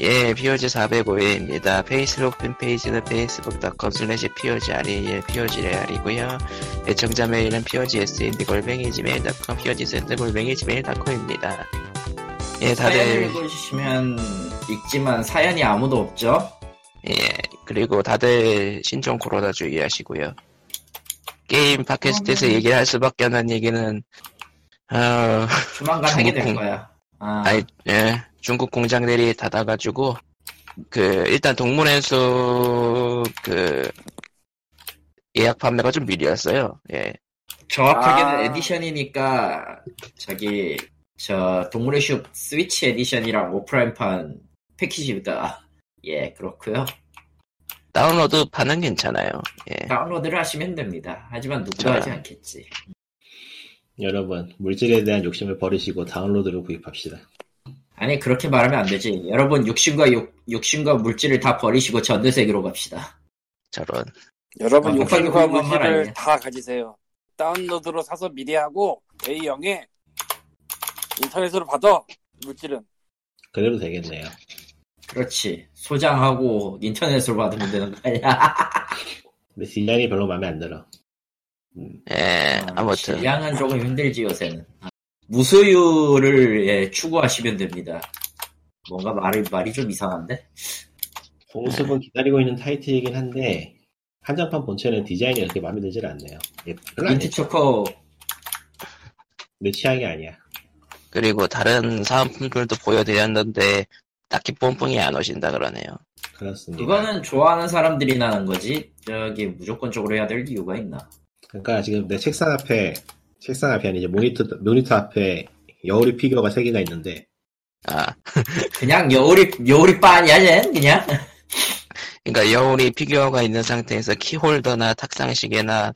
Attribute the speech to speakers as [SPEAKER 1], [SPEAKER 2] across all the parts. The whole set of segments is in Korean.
[SPEAKER 1] 예, POG 405회입니다. 페이스북 팬페이지는 facebook.com slash POGREL, POGREL이고요. 예, 애청자 메일은 POGSND골뱅이지메일.com, POGSND골뱅이지메일.com입니다. 예,
[SPEAKER 2] 사연
[SPEAKER 1] 다들,
[SPEAKER 2] 읽으시면 읽지만 사연이 아무도 없죠?
[SPEAKER 1] 예, 그리고 다들 신종 코로나 주의하시고요. 게임 팟캐스트에서 얘기할 수밖에 없는 얘기는, 어,
[SPEAKER 2] 조만간 하게 될
[SPEAKER 1] 중국군.
[SPEAKER 2] 거야. 아,
[SPEAKER 1] 아니, 예, 중국 공장들이 닫아가지고, 그, 일단 동물의 숲, 그, 예약 판매가 좀 미리 왔어요. 예.
[SPEAKER 2] 정확하게는
[SPEAKER 3] 아.
[SPEAKER 2] 에디션이니까 저기 저 동물의 숲 스위치 에디션이랑 오프라인판 패키지입니다. 예, 그렇고요.
[SPEAKER 1] 다운로드 판은 괜찮아요. 예.
[SPEAKER 2] 다운로드를 하시면 됩니다. 하지만 누구도
[SPEAKER 1] 자.
[SPEAKER 2] 하지 않겠지.
[SPEAKER 4] 여러분, 물질에 대한 욕심을 버리시고 다운로드를 구입합시다.
[SPEAKER 2] 아니 그렇게 말하면 안 되지. 여러분 욕심과 욕, 욕심과 물질을 다 버리시고 전대세계로 갑시다.
[SPEAKER 1] 저런.
[SPEAKER 2] 아,
[SPEAKER 3] 여러분
[SPEAKER 2] 욕심과
[SPEAKER 3] 욕심과
[SPEAKER 2] 그런 말 아니에요.
[SPEAKER 3] 물질을 다 가지세요. 다운로드로 사서 미리 하고 A형에 인터넷으로 받아 물질은
[SPEAKER 4] 그래도 되겠네요.
[SPEAKER 2] 그렇지. 소장하고 인터넷으로 받으면 되는 거 아니야?
[SPEAKER 4] 근데 디자인이 별로 마음에 안 들어.
[SPEAKER 1] 예, 아무튼.
[SPEAKER 2] 양은 조금 힘들지 요새는. 무소유를 예, 추구하시면 됩니다. 뭔가 말이 말이 좀 이상한데?
[SPEAKER 4] 공습은 기다리고 있는 타이틀이긴 한데 한정판 본체는 디자인이 그렇게 마음에 들질 않네요. 예, 별로 안
[SPEAKER 2] 민트
[SPEAKER 4] 내
[SPEAKER 2] 초코
[SPEAKER 4] 취향이 아니야.
[SPEAKER 1] 그리고 다른 사은품들도 보여드렸는데, 딱히 뽕뽕이 안 오신다 그러네요.
[SPEAKER 4] 그렇습니다.
[SPEAKER 2] 그거는 좋아하는 사람들이 나는 거지. 저기 무조건적으로 해야 될 이유가 있나?
[SPEAKER 4] 그러니까 지금 내 책상 앞에 책상 앞이 아니죠 모니터 모니터 앞에 여우리 피규어가 세 개나 있는데
[SPEAKER 1] 아,
[SPEAKER 2] 그냥 여우리 여우리 빠니야, 쟨 그냥.
[SPEAKER 1] 그러니까 여울이 피규어가 있는 상태에서 키홀더나 탁상시계나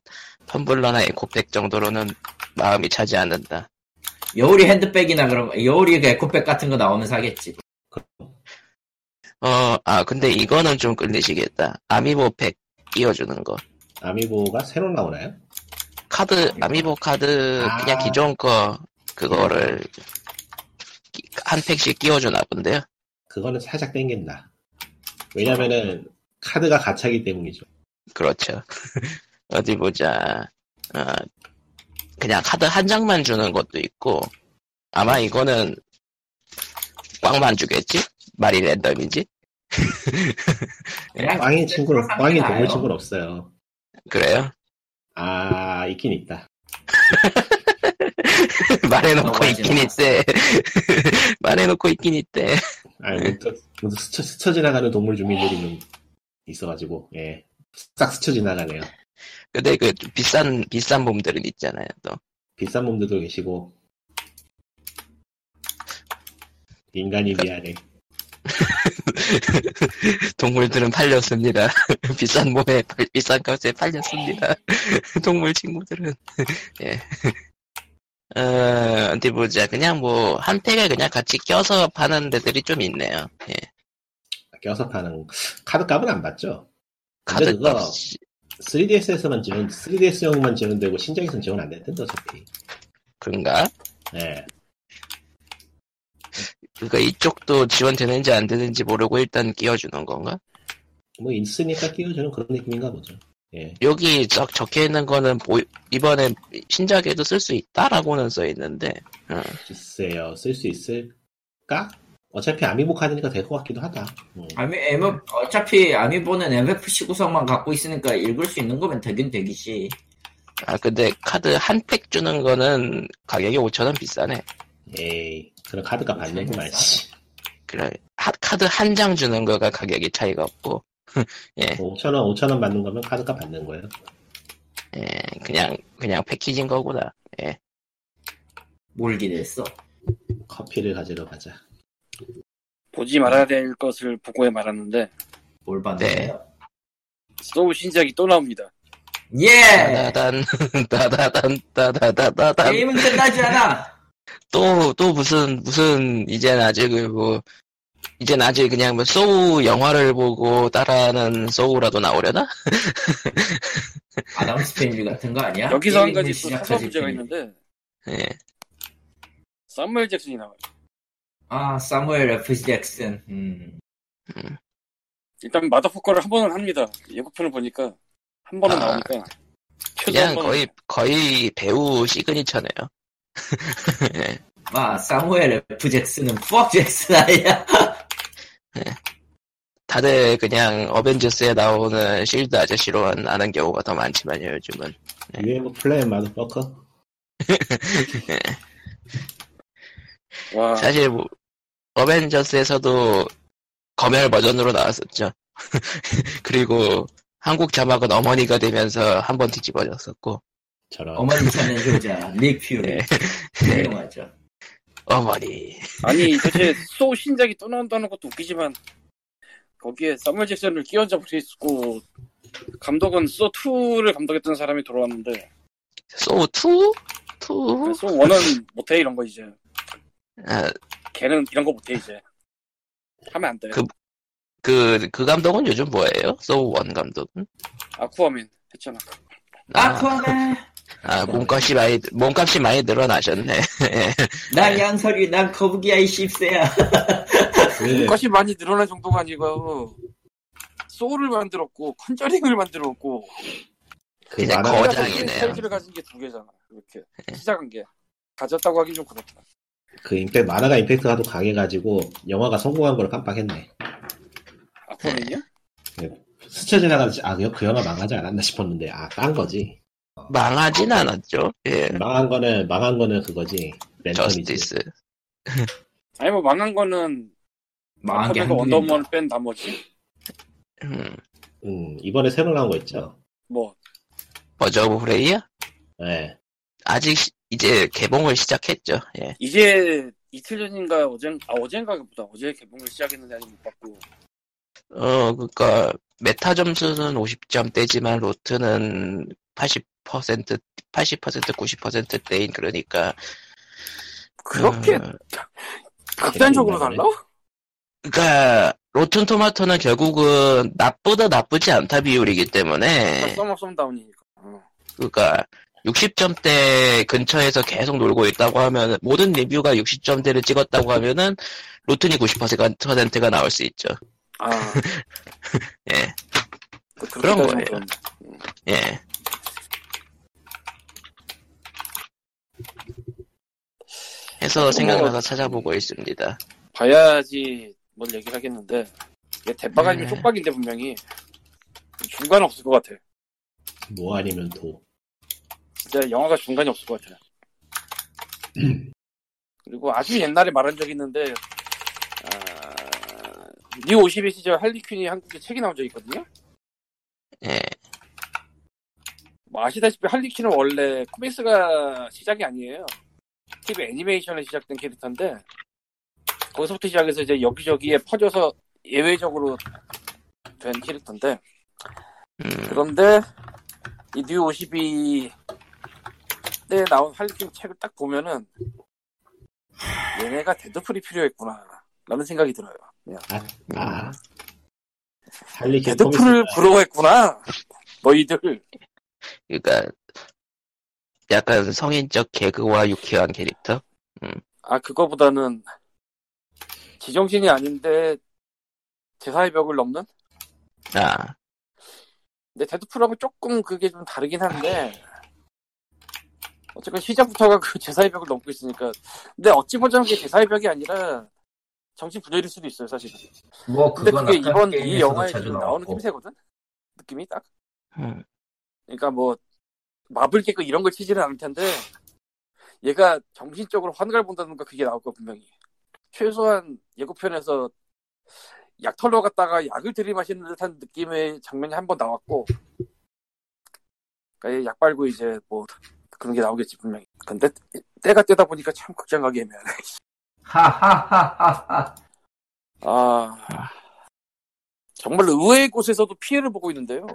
[SPEAKER 1] 텀블러나 에코백 정도로는 마음이 차지 않는다.
[SPEAKER 2] 여우리 핸드백이나 그런 여우리 그 에코백 같은 거 나오면 사겠지.
[SPEAKER 1] 어, 아, 근데 이거는 좀 끌리시겠다. 아미보팩 이어주는 거.
[SPEAKER 4] 아미보가 새로 나오나요?
[SPEAKER 1] 카드 아미보 카드
[SPEAKER 4] 아.
[SPEAKER 1] 그냥 기존 거 그거를 끼- 한 팩씩 끼워주나 본데요.
[SPEAKER 4] 그거는 살짝 땡긴다. 왜냐면은 카드가 가차기 때문이죠.
[SPEAKER 1] 그렇죠. 어디 보자. 어, 그냥 카드 한 장만 주는 것도 있고 아마 이거는 꽝만 주겠지? 말이 랜덤이지?
[SPEAKER 2] 그냥
[SPEAKER 4] 꽝인 친구는 꽝인 동물
[SPEAKER 2] 나요.
[SPEAKER 4] 친구는 없어요.
[SPEAKER 1] 그래요?
[SPEAKER 4] 아 있긴 있다.
[SPEAKER 1] 말해놓고
[SPEAKER 2] 넘어가지
[SPEAKER 1] 있긴
[SPEAKER 2] 마.
[SPEAKER 1] 있대. 말해놓고 있긴 있대.
[SPEAKER 4] 아니
[SPEAKER 1] 네.
[SPEAKER 4] 문득, 문득 스쳐, 스쳐 지나가는 동물 주민들이 좀 있어가지고 예싹 스쳐 지나가네요.
[SPEAKER 1] 근데 그 비싼 비싼 몸들은 있잖아요. 또
[SPEAKER 4] 비싼 몸들도 계시고 인간이 미안해
[SPEAKER 1] 동물들은 팔렸습니다. 비싼 몸에, 팔- 비싼 값에 팔렸습니다. 동물 친구들은. 예. 어, 어디 보자. 그냥 뭐, 한 팩에 그냥 같이 껴서 파는 데들이 좀 있네요. 예.
[SPEAKER 4] 껴서 파는 카드 값은 안 받죠? 근데
[SPEAKER 1] 카드
[SPEAKER 4] 그거-
[SPEAKER 1] 값.
[SPEAKER 4] 3DS에서만 지원 3DS용만 지원되고 신작에서는 지원 안 됐던데 어차피
[SPEAKER 1] 그런가?
[SPEAKER 4] 예
[SPEAKER 1] 그니까 이쪽도 지원되는지 안 되는지 모르고 일단 끼워주는 건가?
[SPEAKER 4] 뭐 있으니까 끼워주는 그런 느낌인가 보죠 예
[SPEAKER 1] 여기 적, 적혀 있는 거는 보- 이번에 신작에도 쓸 수 있다라고는 써 있는데,
[SPEAKER 4] 글쎄요 쓸 수 있을까? 어차피 아미보 카드니까 될 것 같기도 하다 음.
[SPEAKER 2] 아미 M 어차피 아미보는 MFC 구성만 갖고 있으니까 읽을 수 있는 거면 되긴 되기지.
[SPEAKER 1] 아, 근데 카드 한 팩 주는 거는 가격이 5천원 비싸네.
[SPEAKER 4] 에이 그런 카드 값 받는 거 말지
[SPEAKER 1] 그래 하- 카드 한 장 주는 거가 가격이 차이가 없고
[SPEAKER 4] 5천원 5천원 받는 거면 카드 값 받는 거예요
[SPEAKER 1] 예, 그냥 그냥 패키지인 거구나
[SPEAKER 2] 뭘 기대했어?
[SPEAKER 4] 커피를 가지러 가자
[SPEAKER 3] 보지 말아야 될 것을 보고해 말았는데
[SPEAKER 2] 뭘
[SPEAKER 1] 네.
[SPEAKER 2] 봤는데요?
[SPEAKER 3] 소우 신작이 또 나옵니다. 네.
[SPEAKER 2] 예!
[SPEAKER 1] 따다단 따다단 따다다다단
[SPEAKER 2] 게임은 끝나지 않아!
[SPEAKER 1] 또또 무슨 무슨 이젠 아직 뭐 이젠 아직 그냥 뭐 소우 영화를 보고 따라하는 소우라도 나오려나?
[SPEAKER 2] 아담 스페인리 같은 거 아니야?
[SPEAKER 3] 여기서 한
[SPEAKER 2] 게임을
[SPEAKER 3] 가지 또
[SPEAKER 2] 시작하지,
[SPEAKER 3] 사서 문제가
[SPEAKER 2] 게임.
[SPEAKER 3] 있는데
[SPEAKER 1] 예.
[SPEAKER 3] 사무엘 잭슨이 나와요.
[SPEAKER 2] 아, 사무엘 F. 잭슨. 음.
[SPEAKER 3] 일단 마더포커를 한 번은 합니다. 예고편을 보니까 한 번은
[SPEAKER 1] 아,
[SPEAKER 3] 나오니까. 최소 한
[SPEAKER 1] 그냥
[SPEAKER 3] 번은
[SPEAKER 1] 거의 거의 배우 시그니처네요. 예.
[SPEAKER 2] 마 아, 사무엘 F 잭슨은 푸악 잭슨 아니야?
[SPEAKER 1] 다들 그냥 어벤져스에 나오는 실드 아저씨로만 아는 경우가 더 많지만요 요즘은.
[SPEAKER 3] 네.
[SPEAKER 4] UM 플랜 마더퍼커
[SPEAKER 3] 와,
[SPEAKER 1] 사실 뭐, 어벤져스에서도 검열 버전으로 나왔었죠. 그리고 한국 자막은 어머니가 되면서 한 번 뒤집어졌었고
[SPEAKER 4] 저런
[SPEAKER 2] 어머니 찾는 효자 닉 퓨리
[SPEAKER 1] 네.
[SPEAKER 2] 유명하죠.
[SPEAKER 1] 어머니
[SPEAKER 3] 아니 대체 소 신작이 또 나온다는 것도 웃기지만 거기에 사무엘 잭슨을 끼얹어 버리고 감독은 소 2를 감독했던 사람이 돌아왔는데 그
[SPEAKER 1] 소우 2? 2?
[SPEAKER 3] 소 1은 못해 이런 거 이제
[SPEAKER 1] 아,
[SPEAKER 3] 걔는 이런 거 못해 이제 하면 안돼
[SPEAKER 1] 그- 그, 그 감독은 요즘 뭐예요? 소우 1 감독은?
[SPEAKER 3] 아쿠아맨 했잖아
[SPEAKER 1] 아,
[SPEAKER 2] 아쿠아맨
[SPEAKER 1] 아, 몸값이 많이 몸값이 많이 늘어나셨네.
[SPEAKER 2] 난 양설이 난 거북이야 이
[SPEAKER 3] 아,
[SPEAKER 2] 씹새야.
[SPEAKER 1] 네.
[SPEAKER 4] 왜
[SPEAKER 3] 것이 많이 늘어날 정도가 아니고 소를 만들었고 컨저링을 만들었고
[SPEAKER 4] 그
[SPEAKER 1] 이제
[SPEAKER 4] 만화-
[SPEAKER 1] 거장. 거장이네요. 네.
[SPEAKER 3] 사이즈를 가진 게 두 개잖아 이렇게 시작한 게 가졌다고 하긴 좀 그렇다
[SPEAKER 4] 그 임팩 만화가 임팩트가 하도 강해가지고 영화가 성공한 걸 깜빡했네.
[SPEAKER 3] 아쿠아맨이야?
[SPEAKER 4] 스쳐 지나가듯이 아그 영화 망하지 않았나 싶었는데 아 딴 거지.
[SPEAKER 1] 망하진 않았죠. 예.
[SPEAKER 3] 네.
[SPEAKER 4] 망한 거는 망한 거는 그거지. 랜턴이지.
[SPEAKER 1] 저스티스.
[SPEAKER 3] 아니 뭐 망한 거는
[SPEAKER 2] 망한 게
[SPEAKER 3] 아쿠아맨과
[SPEAKER 2] 한국인가?
[SPEAKER 3] 원더우먼 뺀 나머지
[SPEAKER 1] 음.
[SPEAKER 4] 음 이번에 새로 나온 거 있죠.
[SPEAKER 3] 뭐
[SPEAKER 1] 버저 오브 프레이어?
[SPEAKER 4] 예.
[SPEAKER 1] 아직 시- 이제 개봉을 시작했죠. 예.
[SPEAKER 3] 이제 이틀 전인가 어젠 아 어젠가 보다 어제 개봉을 시작했는데 아직 못 봤고
[SPEAKER 1] 어, 그러니까 메타 점수는 50점대지만 로트는 80% 80% 90%대인 그러니까
[SPEAKER 3] 그렇게
[SPEAKER 1] 어,
[SPEAKER 2] 아,
[SPEAKER 3] 극단적으로 달라?
[SPEAKER 1] 그러니까 로튼 토마토는 결국은 나보다 나쁘지 않다 비율이기 때문에
[SPEAKER 3] 아, 썸업 썸다운이니까 어.
[SPEAKER 1] 그러니까 60점대 근처에서 계속 놀고 있다고 하면 모든 리뷰가 60점대를 찍었다고 하면은 로튼이 90%가 나올 수 있죠.
[SPEAKER 3] 아
[SPEAKER 1] 예.
[SPEAKER 3] 그-
[SPEAKER 1] 그런
[SPEAKER 3] 그렇게까지는
[SPEAKER 1] 거예요.
[SPEAKER 3] 그런데.
[SPEAKER 1] 예.
[SPEAKER 3] 어.
[SPEAKER 1] 해서 생각나서 찾아보고 있습니다.
[SPEAKER 3] 봐야지 뭘 얘기를 하겠는데 얘 대박 아니면
[SPEAKER 1] 네.
[SPEAKER 3] 쪽박인데 분명히 중간 없을 것 같아
[SPEAKER 4] 뭐 아니면 도.
[SPEAKER 3] 진짜 영화가 중간이 없을 것 같아 그리고 아주 옛날에 말한 적이 있는데 아, 뉴 52 시절 할리퀸이 한국에 책이 나온 적이 있거든요
[SPEAKER 1] 예.
[SPEAKER 3] 뭐 아시다시피 할리퀸은 원래 코믹스가 시작이 아니에요 TV 애니메이션에 시작된 캐릭터인데 거기서부터 시작해서 이제 여기저기에 퍼져서 예외적으로 된 캐릭터인데
[SPEAKER 1] 음,
[SPEAKER 3] 그런데 이 뉴 52에 나온 할리퀸 책을 딱 보면은 얘네가 데드풀이 필요했구나 라는 생각이 들어요. 그냥 음.
[SPEAKER 4] 아 할리퀸
[SPEAKER 3] 데드풀을 부러워했구나 너희들
[SPEAKER 1] 그러니까 약간 성인적 개그와 유쾌한 캐릭터.
[SPEAKER 3] 아 그거보다는 지정신이 아닌데 제사의 벽을 넘는?
[SPEAKER 1] 아,
[SPEAKER 3] 근데 데드풀하고 조금 그게 좀 다르긴 한데 어쨌건 시작부터가 그 제사의 벽을 넘고 있으니까 근데 어찌 보자면 그게 제사의 벽이 아니라 정신 분열일 수도 있어요 사실은
[SPEAKER 2] 뭐
[SPEAKER 3] 근데
[SPEAKER 2] 그건
[SPEAKER 3] 그게
[SPEAKER 2] 아까
[SPEAKER 3] 이번 이
[SPEAKER 2] 게임에서도
[SPEAKER 3] 영화에
[SPEAKER 2] 자주
[SPEAKER 3] 지금 나오는
[SPEAKER 2] 나왔고.
[SPEAKER 3] 낌새거든 느낌이 딱
[SPEAKER 1] 음,
[SPEAKER 3] 그러니까 뭐 마블 개그 이런 걸 치지는 않을 텐데 얘가 정신적으로 환각을 본다는 거 그게 나올 거 분명히 최소한 예고편에서 약 털러 갔다가 약을 들이마시는 듯한 느낌의 장면이 한 번 나왔고 그러니까 얘약 빨고 이제 뭐 그런 게 나오겠지 분명히 근데 때가 때다 보니까 참 극장 가기 애매하네
[SPEAKER 2] 하하하하하.
[SPEAKER 3] 아 정말 의외의 곳에서도 피해를 보고 있는데요.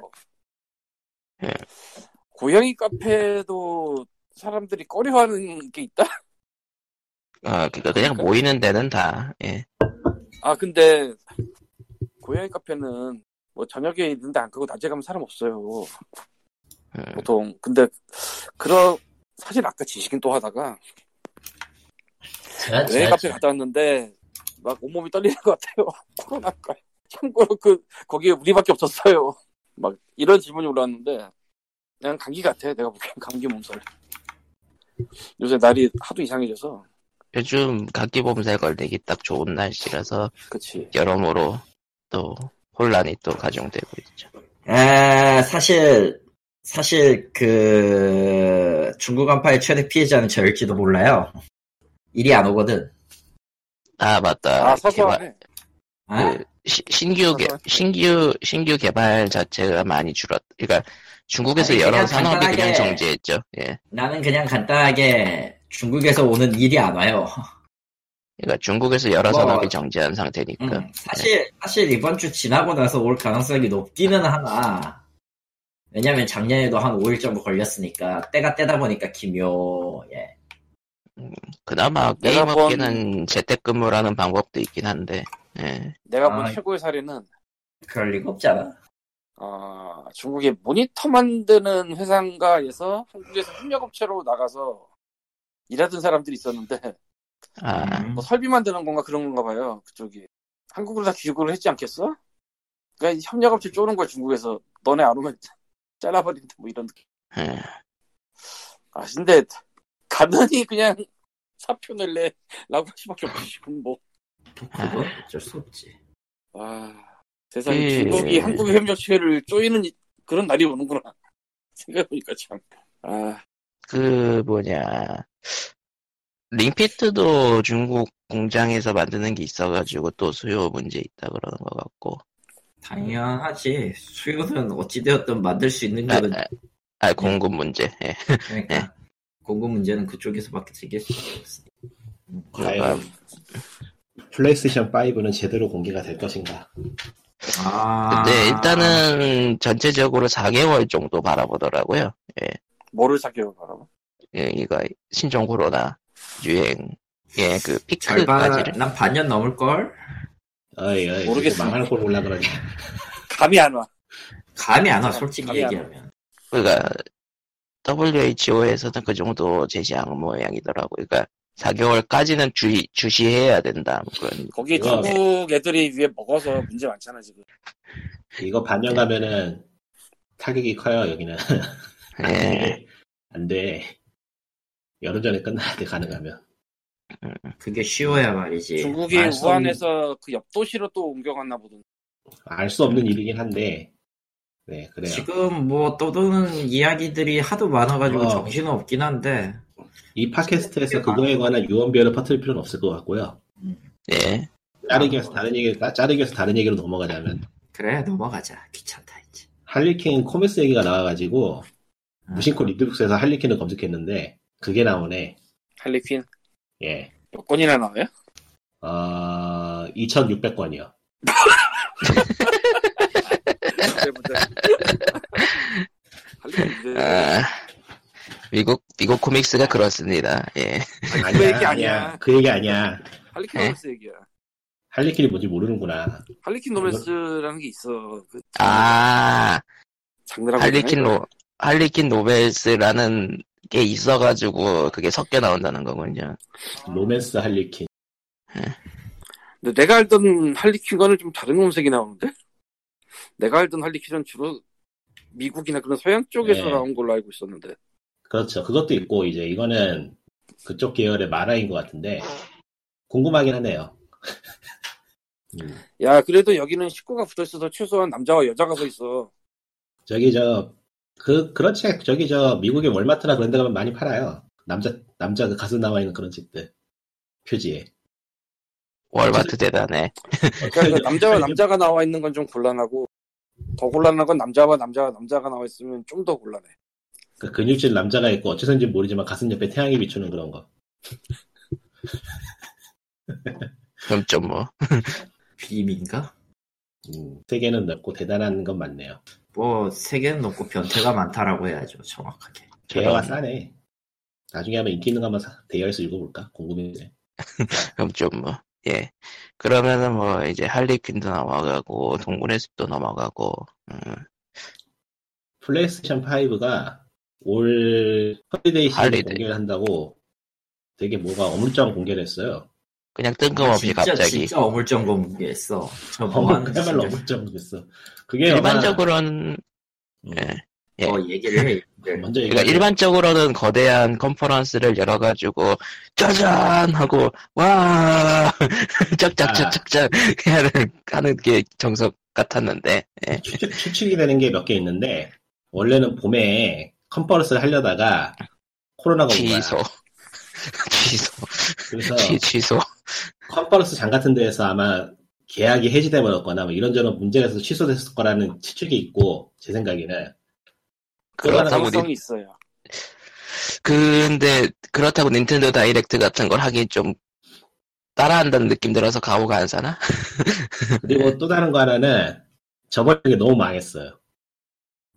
[SPEAKER 1] 예.
[SPEAKER 3] 고양이 카페도 사람들이 꺼려하는 게 있다.
[SPEAKER 1] 아, 그러니까 그냥 모이는 데는 다. 예.
[SPEAKER 3] 아 근데 고양이 카페는 뭐 저녁에 있는데 안 가고 낮에 가면 사람 없어요.
[SPEAKER 1] 음,
[SPEAKER 3] 보통 근데 그런 사실 아까 지식인 또 하다가
[SPEAKER 2] 제가
[SPEAKER 3] 고양이
[SPEAKER 2] 제가
[SPEAKER 3] 네, 카페 갔다 왔는데 막 온몸이 떨리는 것 같아요. 코로나가 참고로 그 거기에 우리밖에 없었어요. 막 이런 질문이 올라왔는데 그냥 감기 같아. 내가 보기엔 감기 몸살. 요새 날이 하도 이상해져서
[SPEAKER 1] 요즘 각기 봄살 걸리기 딱 좋은 날씨라서
[SPEAKER 3] 그치.
[SPEAKER 1] 여러모로 또 혼란이 또 가중되고 있죠.
[SPEAKER 2] 아, 사실, 사실, 그, 중국 한파의 최대 피해자는 저일지도 몰라요. 일이 안 오거든.
[SPEAKER 1] 아 맞다.
[SPEAKER 3] 아 사소하네.
[SPEAKER 2] 아,
[SPEAKER 1] 그 시- 신규 개, 신규 신규 개발 자체가 많이 줄었. 그러니까 중국에서
[SPEAKER 2] 아니,
[SPEAKER 1] 여러
[SPEAKER 2] 그냥
[SPEAKER 1] 산업이 그냥
[SPEAKER 2] 간단하게-
[SPEAKER 1] 정지했죠. 예.
[SPEAKER 2] 나는 그냥 간단하게 중국에서 오는 일이 안 와요.
[SPEAKER 1] 그러니까 중국에서 여러
[SPEAKER 2] 뭐,
[SPEAKER 1] 산업이 정지한 상태니까. 네.
[SPEAKER 2] 음, 사실, 사실 이번 주 지나고 나서 올 가능성이 높기는 하나. 왜냐면 작년에도 한 5일 정도 걸렸으니까, 때가 때다 보니까 기묘, 예.
[SPEAKER 1] 그나마
[SPEAKER 3] 내가
[SPEAKER 1] 게임 업계는 재택근무라는 방법도 있긴 한데. 예.
[SPEAKER 3] 내가 본
[SPEAKER 2] 아,
[SPEAKER 3] 최고의 사례는
[SPEAKER 2] 그럴 리가 없잖아.
[SPEAKER 3] 아, 중국의 모니터 만드는 회사인가에서 한국에서 협력업체로 나가서 일하던 사람들이 있었는데
[SPEAKER 1] 아
[SPEAKER 2] 음.
[SPEAKER 3] 뭐 설비 만드는 건가 그런 건가 봐요 그쪽이 한국으로 다 귀국을 했지 않겠어? 그러니까 이 협력업체 쪼는 거야 중국에서 너네 안 오면 잘라버린다 뭐 이런 느낌
[SPEAKER 1] 예.
[SPEAKER 3] 아 근데 가더니 그냥 사표 낼래 라고 할 수밖에 없지 그럼 뭐
[SPEAKER 1] 아.
[SPEAKER 2] 그건 어쩔 수 없지.
[SPEAKER 1] 음.
[SPEAKER 3] 와, 아, 세상에
[SPEAKER 1] 예.
[SPEAKER 3] 중국이 한국의 협력체를 쪼이는 이- 그런 날이 오는구나 생각해보니까 참아
[SPEAKER 1] 그 뭐냐 링피트도 중국 공장에서 만드는 게 있어가지고 또 수요 문제 있다 그러는 것 같고.
[SPEAKER 2] 당연하지. 수요는 어찌되었든 만들 수 있는
[SPEAKER 1] 아,
[SPEAKER 2] 거는 네.
[SPEAKER 1] 아, 아, 공급 문제. 예.
[SPEAKER 2] 그러니까 공급 문제는 그쪽에서밖에 해결 수 없으니까.
[SPEAKER 4] 과연 플레이스테이션 5는 제대로 공개가 될 것인가?
[SPEAKER 2] 아,
[SPEAKER 1] 근데 네, 일단은 전체적으로 4개월 정도 바라보더라고요.
[SPEAKER 3] 뭐를 사귀어 바라봐?
[SPEAKER 1] 예, 이거 신종 코로나 유행 예 그
[SPEAKER 2] 절반
[SPEAKER 1] 피크까지를
[SPEAKER 2] 난 반년 넘을 걸
[SPEAKER 4] 어이, 어이,
[SPEAKER 3] 모르겠어.
[SPEAKER 4] 망할 걸 몰라 그러니.
[SPEAKER 3] 감이 안 와.
[SPEAKER 2] 감이 안 와 솔직히
[SPEAKER 3] 네, 감이 안 와.
[SPEAKER 2] 얘기하면.
[SPEAKER 1] 그러니까 WHO에서는 그 정도 제시한 모양이더라고요. 그러니까 4개월까지는 주의 주시해야 된다. 뭐 그런
[SPEAKER 3] 거기 에
[SPEAKER 4] 그거-
[SPEAKER 3] 중국 애들이 위에 먹어서 문제 많잖아 지금.
[SPEAKER 4] 이거 반년 가면은 타격이 커요, 여기는. 안
[SPEAKER 1] 예.
[SPEAKER 4] 돼. 안 돼. 여름 전에 끝나야 돼, 가능하면.
[SPEAKER 2] 그게 쉬워야 예, 말이지.
[SPEAKER 3] 중국이
[SPEAKER 2] 알수 없는-
[SPEAKER 3] 우한에서 그 옆 도시로 또 옮겨갔나 보던.
[SPEAKER 4] 알 수 없는 일이긴 한데. 네, 그래요.
[SPEAKER 2] 지금 뭐 떠도는 이야기들이 하도 많아가지고
[SPEAKER 4] 어.
[SPEAKER 2] 정신 없긴 한데
[SPEAKER 4] 이 팟캐스트에서 그거에 관한 유언비어를 퍼뜨릴 필요는 없을 것 같고요.
[SPEAKER 1] 예.
[SPEAKER 3] 아.
[SPEAKER 4] 자르기 위해서 다른 얘기, 자르기 위해서 다른 얘기로 넘어가자면.
[SPEAKER 2] 그래 넘어가자. 귀찮다 이제. 어?
[SPEAKER 4] 할리퀸 코믹스 얘기가 나와가지고, 무심코 리드북스에서 할리퀸을 검색했는데, 그게 나오네.
[SPEAKER 3] 할리퀸
[SPEAKER 4] 예.
[SPEAKER 3] 몇 건이나 나와요?
[SPEAKER 4] 어, 2,600권이요.
[SPEAKER 3] 여러분들. 할리퀸 이제
[SPEAKER 1] 아, 미국 미국 코믹스가 그렇습니다. 예.
[SPEAKER 3] 그 얘기 아니야.
[SPEAKER 4] 그 얘기 아니야.
[SPEAKER 3] 할리퀸 로맨스 얘기야.
[SPEAKER 4] 할리퀸이 뭔지 모르는구나.
[SPEAKER 3] 할리퀸 로맨스라는 게 있어. 그
[SPEAKER 1] 아
[SPEAKER 3] 장르라고
[SPEAKER 1] 할리퀸
[SPEAKER 3] 하잖아요.
[SPEAKER 1] 로 할리퀸 노벨스라는 게 있어가지고 그게 섞여 나온다는 거군요.
[SPEAKER 4] 로맨스 할리퀸.
[SPEAKER 3] 근데 내가 알던 할리퀸과는 좀 다른 검색이 나오는데? 내가 알던 할리퀸은 주로 미국이나 그런 서양 쪽에서
[SPEAKER 4] 네.
[SPEAKER 3] 나온 걸로 알고 있었는데.
[SPEAKER 4] 그렇죠. 그것도 있고, 이제 이거는 그쪽 계열의 만화인 것 같은데, 궁금하긴 하네요. 음.
[SPEAKER 3] 야 그래도 여기는 식구가 붙어 있어서 최소한 남자와 여자가 서 있어.
[SPEAKER 4] 저기 저, 그, 그런 책, 저기 저, 미국의 월마트나 그런 데 가면 많이 팔아요. 남자, 남자 그 가슴 남아있는 그런 책들. 표지에.
[SPEAKER 1] 월마트 대단해.
[SPEAKER 3] 그러니까 그 남자와 남자가 나와 있는 건 좀 곤란하고 더 곤란한 건 남자와 남자와 남자가 나와 있으면 좀 더 곤란해.
[SPEAKER 4] 그 근육질 남자가 있고, 어째서인지 모르지만 가슴 옆에 태양이 비추는 그런 거.
[SPEAKER 1] 그럼 좀 뭐.
[SPEAKER 2] 비임인가?
[SPEAKER 4] 음, 세계는 넓고 대단한 건 맞네요.
[SPEAKER 2] 뭐 세계는 높고 변태가 많다라고 해야죠 정확하게.
[SPEAKER 4] 대여가 싸네. 나중에 한번 인기 있는 거 한번 사- 대여해서 읽어볼까? 궁금해.
[SPEAKER 1] 그럼 좀 뭐, 예. 그러면은 뭐, 이제 할리퀸도 넘어가고, 동물의 숲도 넘어가고, 음,
[SPEAKER 4] 플레이스테이션 5가 올 헐리데이 시즌
[SPEAKER 1] 헐리데이.
[SPEAKER 4] 공개를 한다고 되게 뭐가 어물쩡 공개를 했어요.
[SPEAKER 1] 그냥 뜬금없이
[SPEAKER 2] 진짜,
[SPEAKER 1] 갑자기
[SPEAKER 2] 진짜 어물쩡 공개했어.
[SPEAKER 4] 어,
[SPEAKER 2] 저뭐 하는
[SPEAKER 4] 그야말로
[SPEAKER 2] 짓이야.
[SPEAKER 4] 어물쩡 있어. 그게
[SPEAKER 1] 일반적으로는
[SPEAKER 4] 아마, 음,
[SPEAKER 1] 예. 예.
[SPEAKER 2] 어, 얘기를 해.
[SPEAKER 3] 네.
[SPEAKER 2] 얘기를.
[SPEAKER 4] 먼저
[SPEAKER 1] 그러니까
[SPEAKER 4] 얘기해.
[SPEAKER 1] 일반적으로는 거대한 컨퍼런스를 열어가지고 짜잔 하고 와
[SPEAKER 2] 아.
[SPEAKER 1] 짝짝짝짝짝 하는 하는 게 정석 같았는데 예.
[SPEAKER 4] 추측, 추측이 되는 게 몇 개 있는데 원래는 봄에 컨퍼런스를 하려다가
[SPEAKER 2] 아,
[SPEAKER 4] 코로나가 온 거야.
[SPEAKER 1] 취소 취소
[SPEAKER 4] 그래서
[SPEAKER 2] 어.
[SPEAKER 1] 취, 취소
[SPEAKER 4] 컨퍼런스 장 같은 데에서 아마 계약이 해지돼 버렸거나 뭐 이런저런 문제에서 취소됐을 거라는 추측이 있고 제 생각에는
[SPEAKER 1] 그렇다고
[SPEAKER 3] 가능성이
[SPEAKER 1] 닌,
[SPEAKER 3] 있어요.
[SPEAKER 1] 근데 그렇다고 닌텐도 다이렉트 같은 걸 하긴 좀 따라한다는 느낌 들어서 가오가 안 사나
[SPEAKER 4] 그리고 또 다른 거 하나는 저번에 그게 너무 망했어요.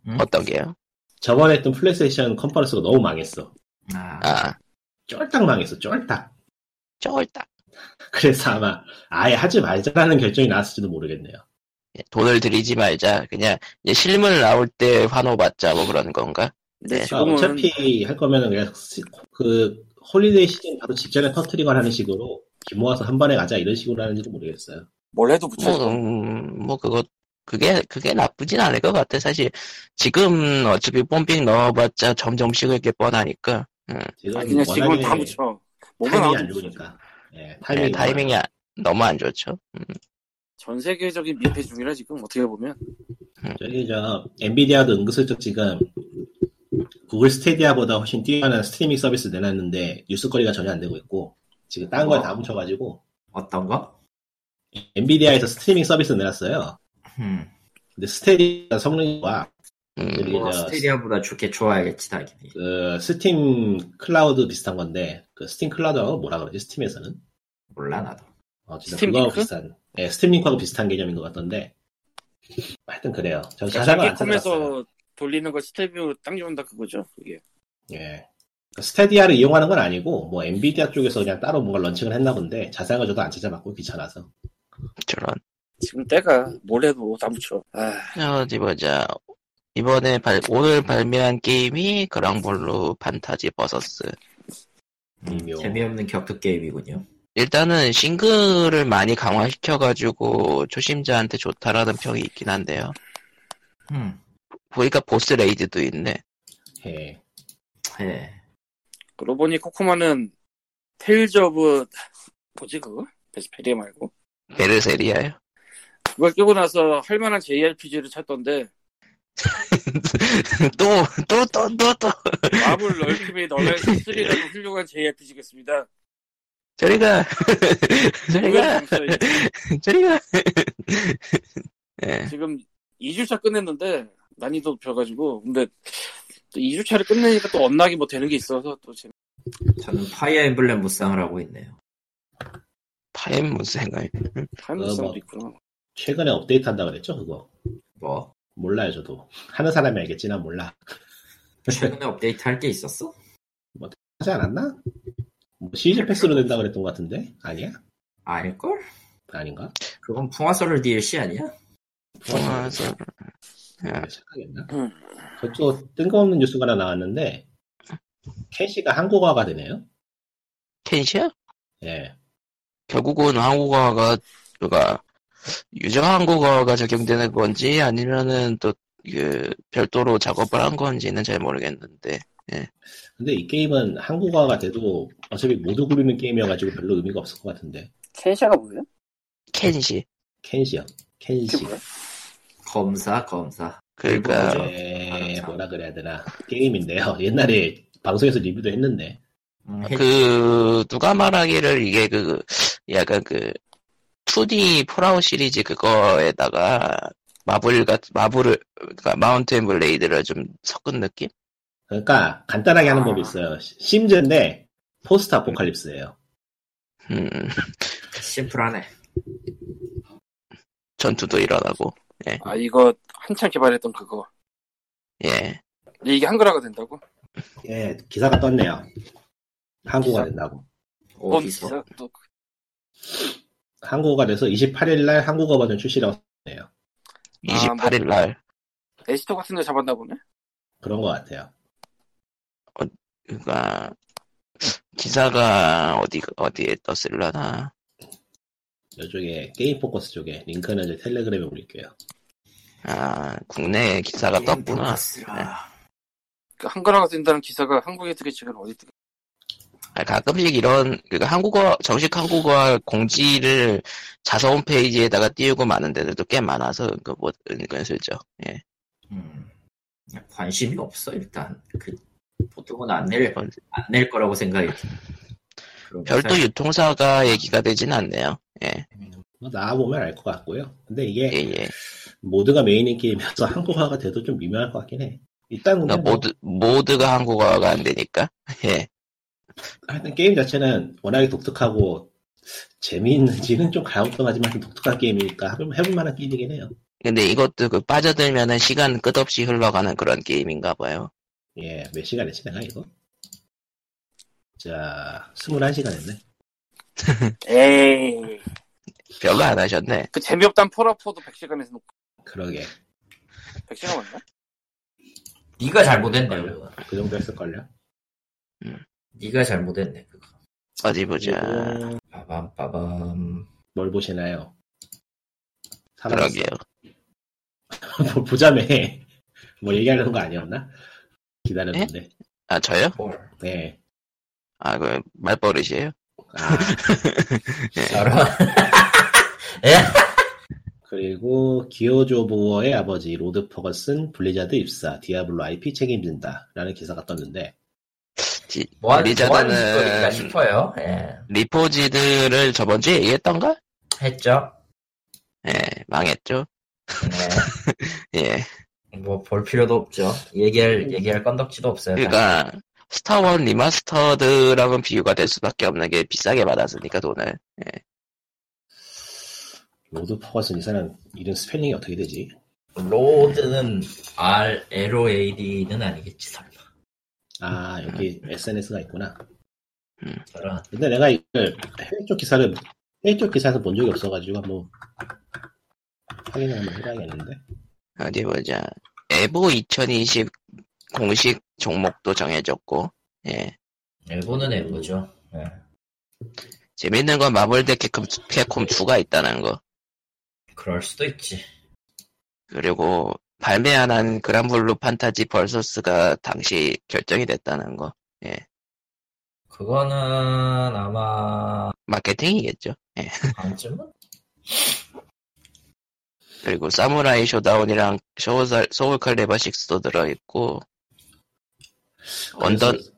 [SPEAKER 2] 음?
[SPEAKER 1] 어떤 게요?
[SPEAKER 4] 저번에 했던 플레이스테이션 컨퍼런스가 너무 망했어.
[SPEAKER 2] 아,
[SPEAKER 1] 아
[SPEAKER 4] 쫄딱 망했어. 쫄딱.
[SPEAKER 1] 쫄딱
[SPEAKER 4] 그래서 아마 아예 하지 말자라는 결정이 나왔을지도 모르겠네요.
[SPEAKER 1] 예, 돈을 들이지 말자 그냥 이제 실물 나올 때 환호받자 뭐 그런 건가?
[SPEAKER 3] 근데
[SPEAKER 1] 네.
[SPEAKER 4] 그러니까
[SPEAKER 3] 지금은
[SPEAKER 4] 어차피 할 거면은 그냥 시- 그 홀리데이 시즌 바로 직전에 터트리거나 하는 식으로 김 모아서 한 번에 가자 이런 식으로 하는지도 모르겠어요.
[SPEAKER 3] 뭘 해도
[SPEAKER 1] 뭐,
[SPEAKER 3] 붙여줘.
[SPEAKER 1] 음, 뭐 그거 그게 그게 나쁘진 않을 것 같아 사실 지금 어차피 뽐빙 넣어봤자 점점 식을 게 뻔하니까
[SPEAKER 4] 지금
[SPEAKER 3] 아, 그냥 지금은
[SPEAKER 4] 워낙에
[SPEAKER 3] 다 붙여. 뭐가
[SPEAKER 4] 타이밍이
[SPEAKER 3] 나와도 네,
[SPEAKER 4] 안
[SPEAKER 3] 붙여줘.
[SPEAKER 4] 좋으니까. 예,
[SPEAKER 1] 예,
[SPEAKER 4] 타이밍이,
[SPEAKER 1] 타이밍이 안- 너무 안 좋죠 음,
[SPEAKER 3] 전 세계적인 민폐 중이라 지금 어떻게 보면
[SPEAKER 4] 저기 저 엔비디아도 은근슬쩍 지금 구글 스테디아보다 훨씬 뛰어난 스트리밍 서비스 내놨는데 뉴스거리가 전혀 안 되고 있고 지금 딴 거에
[SPEAKER 2] 어?
[SPEAKER 4] 다 뭉쳐가지고
[SPEAKER 2] 어떤 거?
[SPEAKER 4] 엔비디아에서 스트리밍 서비스 내놨어요.
[SPEAKER 2] 음.
[SPEAKER 4] 근데 스테디아 성능이 와
[SPEAKER 1] 음.
[SPEAKER 4] 이게
[SPEAKER 2] 뭐,
[SPEAKER 4] 저-
[SPEAKER 2] 스테디아보다 좋게 좋아야겠지, 당연히.
[SPEAKER 4] 그 스팀 클라우드 비슷한 건데 그 스팀 클라우드하고 뭐라 그러지 스팀에서는
[SPEAKER 2] 몰라, 나도.
[SPEAKER 4] 어, 진짜
[SPEAKER 3] 스팀
[SPEAKER 4] 그거하고
[SPEAKER 3] 링크?
[SPEAKER 4] 비슷한 예, 스팀 링크하고 비슷한 개념인 것 같던데 하여튼 그래요 저 자세한 안 찾아봤어요
[SPEAKER 3] 자기콤에서 돌리는 걸 스텝뷰 땅 좋은다 그거죠. 그게
[SPEAKER 4] 예. 그 스테디아를 이용하는 건 아니고 뭐 엔비디아 쪽에서 그냥 따로 뭔가 런칭을 했나 본데 자세한 걸 저도 안 찾아봤고 귀찮아서
[SPEAKER 1] 저런
[SPEAKER 3] 지금 때가 뭘 해도 다 붙여. 아,
[SPEAKER 1] 어디 보자 이번에 발- 오늘 발매한 게임이 그랑블루 판타지 버서스
[SPEAKER 4] 미묘.
[SPEAKER 2] 재미없는 격투 게임이군요.
[SPEAKER 1] 일단은 싱글을 많이 강화시켜가지고 초심자한테 좋다라는 평이 있긴 한데요
[SPEAKER 2] 음.
[SPEAKER 1] 보니까 보스 레이드도 있네
[SPEAKER 4] 예.
[SPEAKER 2] 예.
[SPEAKER 3] 그러고 보니 코코마는 테일즈 오브 뭐지 그거? 베스페리아 말고
[SPEAKER 1] 베르세리아요
[SPEAKER 3] 그걸 끼고 나서 할 만한 JRPG를 찾던데
[SPEAKER 1] 또 또 또 또또
[SPEAKER 3] 마블 얼티메이트 얼라이언스 3라는 훌륭한 JRPG겠습니다.
[SPEAKER 1] 저리가 저리가 저리가 예
[SPEAKER 3] 지금 2주차 끝냈는데 난이도 펴가지고 근데 또 2주차를 끝내니까 또 언락이 뭐 되는 게 있어서 또 재밌-
[SPEAKER 2] 저는 파이어 엠블렘 무쌍을 하고 있네요.
[SPEAKER 1] 파엠 무생을
[SPEAKER 3] 타임리스도 있구나.
[SPEAKER 4] 최근에 업데이트 한다 그랬죠 그거
[SPEAKER 2] 뭐,
[SPEAKER 4] 몰라요 저도 하는 사람이 알겠지 난 몰라
[SPEAKER 2] 최근에 업데이트 할 게 있었어?
[SPEAKER 4] 하지 않았나? 뭐 시즌 패스로 된다 그랬던 것 같은데 아니야?
[SPEAKER 2] 아닐걸?
[SPEAKER 4] 아닌가?
[SPEAKER 2] 그건 풍화설을 DLC 아니야?
[SPEAKER 4] 뭐
[SPEAKER 1] 통화서
[SPEAKER 4] 왜 착각했나? 저쪽 뜬금없는 뉴스가 하나 나왔는데 캐시가 한국어가 되네요.
[SPEAKER 1] 켄시야
[SPEAKER 4] 예.
[SPEAKER 1] 결국은 한국어가 그가 유저 한국어가 적용되는 건지 아니면은 또 그 별도로 작업을 한 건지는 잘 모르겠는데
[SPEAKER 4] 근데 이 게임은 한국어가 돼도 어차피 모두 구르는 게임이어가지고 별로 의미가 없을 것 같은데
[SPEAKER 3] 켄샤가 뭐예요?
[SPEAKER 1] 켄시
[SPEAKER 4] 캔시요. 캔시.
[SPEAKER 3] 그게 뭐야?
[SPEAKER 2] 검사, 검사.
[SPEAKER 1] 그러니까
[SPEAKER 2] 일본
[SPEAKER 4] 예, 뭐라 그래야 되나 게임인데요. 옛날에 방송에서 리뷰도 했는데
[SPEAKER 1] 아,
[SPEAKER 2] 음,
[SPEAKER 1] 그 누가 말하기를 이게 그 약간 그 2D 폴아웃 시리즈 그거에다가 마블 같 마블을 그러니까 마운트 앤 블레이드를 좀 섞은 느낌?
[SPEAKER 4] 그러니까 간단하게 하는
[SPEAKER 3] 아.
[SPEAKER 4] 법이 있어요. 심즈인데 포스트 아포칼립스예요.
[SPEAKER 1] 음,
[SPEAKER 2] 심플하네.
[SPEAKER 1] 전투도 일어나고
[SPEAKER 3] 아 이거 한참 개발했던 그거.
[SPEAKER 1] 예
[SPEAKER 3] 근데 이게 한글화가 된다고?
[SPEAKER 4] 예, 기사가 떴네요.
[SPEAKER 2] 기사?
[SPEAKER 4] 한국어가 된다고.
[SPEAKER 3] 뭔
[SPEAKER 2] 어디서?
[SPEAKER 3] 기사? 또
[SPEAKER 4] 한국어가 돼서 28일 날 한국어 버전 출시라고 했네요.
[SPEAKER 1] 28일 날
[SPEAKER 3] 에스토 같은 데 잡았나 보네.
[SPEAKER 4] 그런 것 같아요.
[SPEAKER 1] 그러니까 기사가 어디 어디에 떴을라나
[SPEAKER 4] 이쪽에 게임 포커스 쪽에 링크는 이제 텔레그램에 올릴게요.
[SPEAKER 1] 아, 국내 기사가
[SPEAKER 2] 예,
[SPEAKER 1] 떴구나.
[SPEAKER 2] 아,
[SPEAKER 3] 그 한글화가 된다는 기사가 한국에 뜨게 지금 어디 뜨게
[SPEAKER 1] 아, 가끔씩 이런, 그러니까 한국어, 정식 한국어 공지를 자사 홈페이지에다가 띄우고 많은 데들도 꽤 많아서, 그, 뭐, 은근슬쩍. 예.
[SPEAKER 2] 음. 관심이 없어 일단 그 보통은 안낼
[SPEAKER 1] 번-
[SPEAKER 2] 안낼 거라고 생각해. 그런
[SPEAKER 1] 어, 별도
[SPEAKER 2] 기사에-
[SPEAKER 1] 유통사가 얘기가 되진 않네요. 예,
[SPEAKER 4] 뭐 나와보면 알 것 같고요. 근데
[SPEAKER 1] 예,
[SPEAKER 4] 이게
[SPEAKER 1] 예.
[SPEAKER 4] 모드가 메인인 게임이라서 한국화가 돼도 좀 미묘할 것 같긴 해. 일단 근데
[SPEAKER 1] 그러니까
[SPEAKER 4] 뭐
[SPEAKER 1] 모드, 모드가 한국어가 안 되니까. 예.
[SPEAKER 4] 하여튼 게임 자체는 워낙에 독특하고 재미있는지는 좀 가혹하지만 좀 독특한 게임이니까 해볼- 해볼 만한 게임이긴 해요.
[SPEAKER 1] 근데 이것도 그 빠져들면은 시간 끝없이 흘러가는 그런 게임인가 봐요.
[SPEAKER 4] 예, 몇 시간 했지 내가 이거? 자, 21시간 했네.
[SPEAKER 3] 에이
[SPEAKER 1] 별거 안 하셨네.
[SPEAKER 3] 그 재미없단 폴아포도 100시간에서 놓고
[SPEAKER 4] 그러게.
[SPEAKER 3] 100시간 맞나?
[SPEAKER 2] 네가 잘못했네. 그거.
[SPEAKER 4] 그 정도 했을걸요?
[SPEAKER 2] 네가 잘못했네. 그거.
[SPEAKER 1] 어디 보자.
[SPEAKER 4] 그리고
[SPEAKER 2] 빠밤 빠밤.
[SPEAKER 4] 뭘 보시나요? 사라졌어.
[SPEAKER 1] 그러게요.
[SPEAKER 4] 뭐 보자며. 뭐 얘기하려는 거 아니었나? 기다렸는데.
[SPEAKER 1] 아, 저요?
[SPEAKER 2] 뭘?
[SPEAKER 4] 네.
[SPEAKER 1] 아, 그, 말버릇이에요?
[SPEAKER 4] 아,
[SPEAKER 2] 저런.
[SPEAKER 4] 그리고 기어조 보어의 아버지 로드 퍼거슨 블리자드 입사 디아블로 IP 책임진다 라는 기사가 떴는데
[SPEAKER 1] 지-
[SPEAKER 2] 뭐 하는 뭐 하는 짓거리인가
[SPEAKER 1] 리자드는
[SPEAKER 2] 싶어요. 예.
[SPEAKER 1] 리포지드를 저번주에 얘기했던가?
[SPEAKER 2] 했죠.
[SPEAKER 1] 예, 망했죠.
[SPEAKER 2] 네.
[SPEAKER 1] 예.
[SPEAKER 2] 뭐 볼 필요도 없죠. 얘기할 얘기할 건덕지도 없어요.
[SPEAKER 1] 그러니까, 스타원 리마스터드랑은 비교가 될 수밖에 없는 게 비싸게 받았으니까 돈을.
[SPEAKER 4] 로드 퍼거슨 이 사람 이름 스펠링이 어떻게 되지?
[SPEAKER 2] 로드는 R L O A D는 아니겠지 설마.
[SPEAKER 4] 아 여기 SNS가 있구나
[SPEAKER 2] 저런.
[SPEAKER 4] 근데 내가 이걸 해외 쪽 기사를 해외 쪽 기사에서 본 적이 없어가지고 한번 확인을 한번 해봐야겠는데
[SPEAKER 1] 어디 보자. 에보 2020 공식 종목도 정해졌고, 예.
[SPEAKER 2] 일본은 일본죠. 예.
[SPEAKER 1] 재밌는 건 마블 대 캡콤, 캡콤 2가 있다는 거.
[SPEAKER 2] 그럴 수도 있지.
[SPEAKER 1] 그리고 발매 안 한 그란블루 판타지 벌서스가 당시 결정이 됐다는 거.
[SPEAKER 2] 그거는 아마
[SPEAKER 1] 마케팅이겠죠. 예.
[SPEAKER 2] 반쯤은
[SPEAKER 1] 그리고 사무라이 쇼다운이랑 소울, 소울 칼리버 6도 들어있고, 원던,
[SPEAKER 4] 그래서-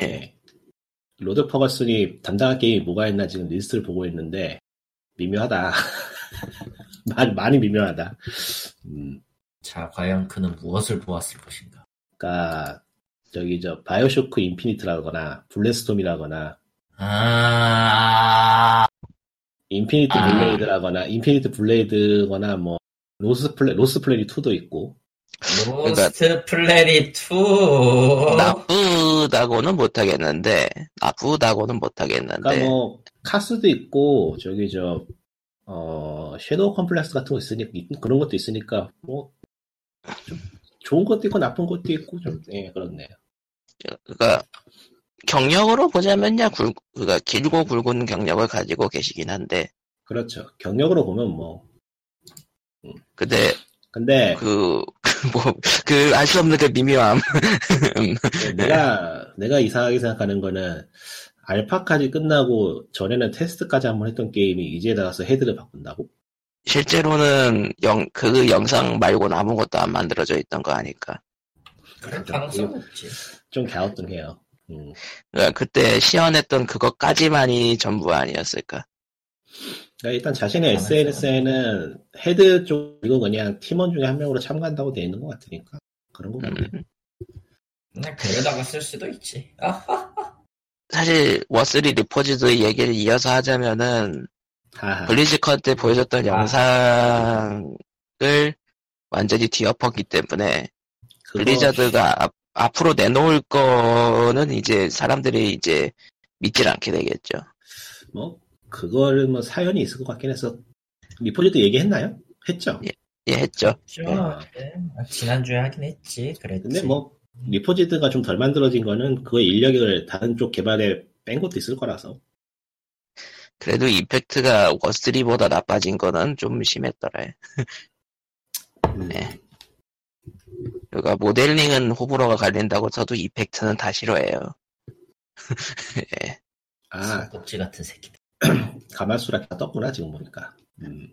[SPEAKER 1] 예.
[SPEAKER 4] 네. 로드 퍼거슨이 담당한 게임이 뭐가 있나 지금 리스트를 보고 있는데 미묘하다 많이, 많이 미묘하다 음,
[SPEAKER 2] 자 과연 그는 무엇을 보았을 것인가.
[SPEAKER 4] 그러니까 저기 저 바이오쇼크 인피니트라거나 블레스톰이라거나
[SPEAKER 2] 아
[SPEAKER 4] 인피니트
[SPEAKER 2] 아.
[SPEAKER 4] 블레이드라거나 인피니트 블레이드거나 뭐 로스 플레 로스 플레이 2도 있고
[SPEAKER 1] 그러니까
[SPEAKER 2] 로스트 플래닛 2
[SPEAKER 1] 나쁘다고는 못하겠는데, 나쁘다고는
[SPEAKER 4] 그러니까
[SPEAKER 1] 못하겠는데,
[SPEAKER 4] 뭐 카스도 있고 저기 저 어, 섀도우 컴플렉스 같은 거 있으니까 그런 것도 있으니까 뭐 좀 좋은 것도 있고 나쁜 것도 있고 좀 예, 그렇네요.
[SPEAKER 1] 그니까, 그러니까 경력으로 보자면야 굵, 그니까 길고 굵은 경력을 가지고 계시긴 한데,
[SPEAKER 4] 그렇죠. 경력으로 보면 뭐
[SPEAKER 1] 근데
[SPEAKER 4] 근데
[SPEAKER 1] 그, 뭐, 그, 알 수 없는 그 미묘함.
[SPEAKER 4] 네, 내가 내가 이상하게 생각하는 거는 알파까지 끝나고 전에는 테스트까지 한번 했던 게임이 이제 나와서 헤드를 바꾼다고?
[SPEAKER 1] 실제로는 영, 그 영상 말고는 아무것도 안 만들어져 있던 거 아닐까.
[SPEAKER 2] 그럴 가능성 없지.
[SPEAKER 4] 좀 갸우뚱해요. 음.
[SPEAKER 1] 그러니까 그때 시연했던 그것까지만이 전부 아니었을까.
[SPEAKER 4] 그러니까 일단 자신의
[SPEAKER 2] 안 하죠.
[SPEAKER 4] SNS에는 헤드 쪽이고 그냥 팀원 중에 한 명으로 참가한다고 돼 있는 것 같으니까 그런 거 같아요.
[SPEAKER 1] 음.
[SPEAKER 2] 그냥 그러다가 쓸 수도 있지. 아,
[SPEAKER 1] 사실, 워스리 리포지드 얘기를 이어서 하자면은,
[SPEAKER 4] 하하.
[SPEAKER 1] 블리즈컨 때 보여줬던
[SPEAKER 4] 아.
[SPEAKER 1] 영상을 완전히 뒤엎었기 때문에,
[SPEAKER 4] 그거-
[SPEAKER 1] 블리자드가 앞- 앞으로 내놓을 거는 이제 사람들이 이제 믿질 않게 되겠죠.
[SPEAKER 4] 뭐 그걸 뭐 사연이 있을 것 같긴 해서 리포지도 얘기했나요? 했죠.
[SPEAKER 1] 예, 했죠.
[SPEAKER 2] 그렇죠. 예. 지난주에 하긴 했지. 그랬지.
[SPEAKER 4] 근데
[SPEAKER 1] 네.
[SPEAKER 4] 뭐 리포지드가 좀 덜 만들어진 거는 그의 인력을 다른 쪽 개발에 뺀 것도 있을 거라서
[SPEAKER 1] 그래도 임팩트가 워스트리보다 나빠진 거는 좀 심했더래.
[SPEAKER 4] 음,
[SPEAKER 1] 네. 그러니까 모델링은 호불호가 갈린다고 쳐도 이펙트는 다 싫어해요.
[SPEAKER 4] 아
[SPEAKER 2] 꼭지 같은 새끼들.
[SPEAKER 4] 가마수라 다 떴구나 지금 보니까. 음.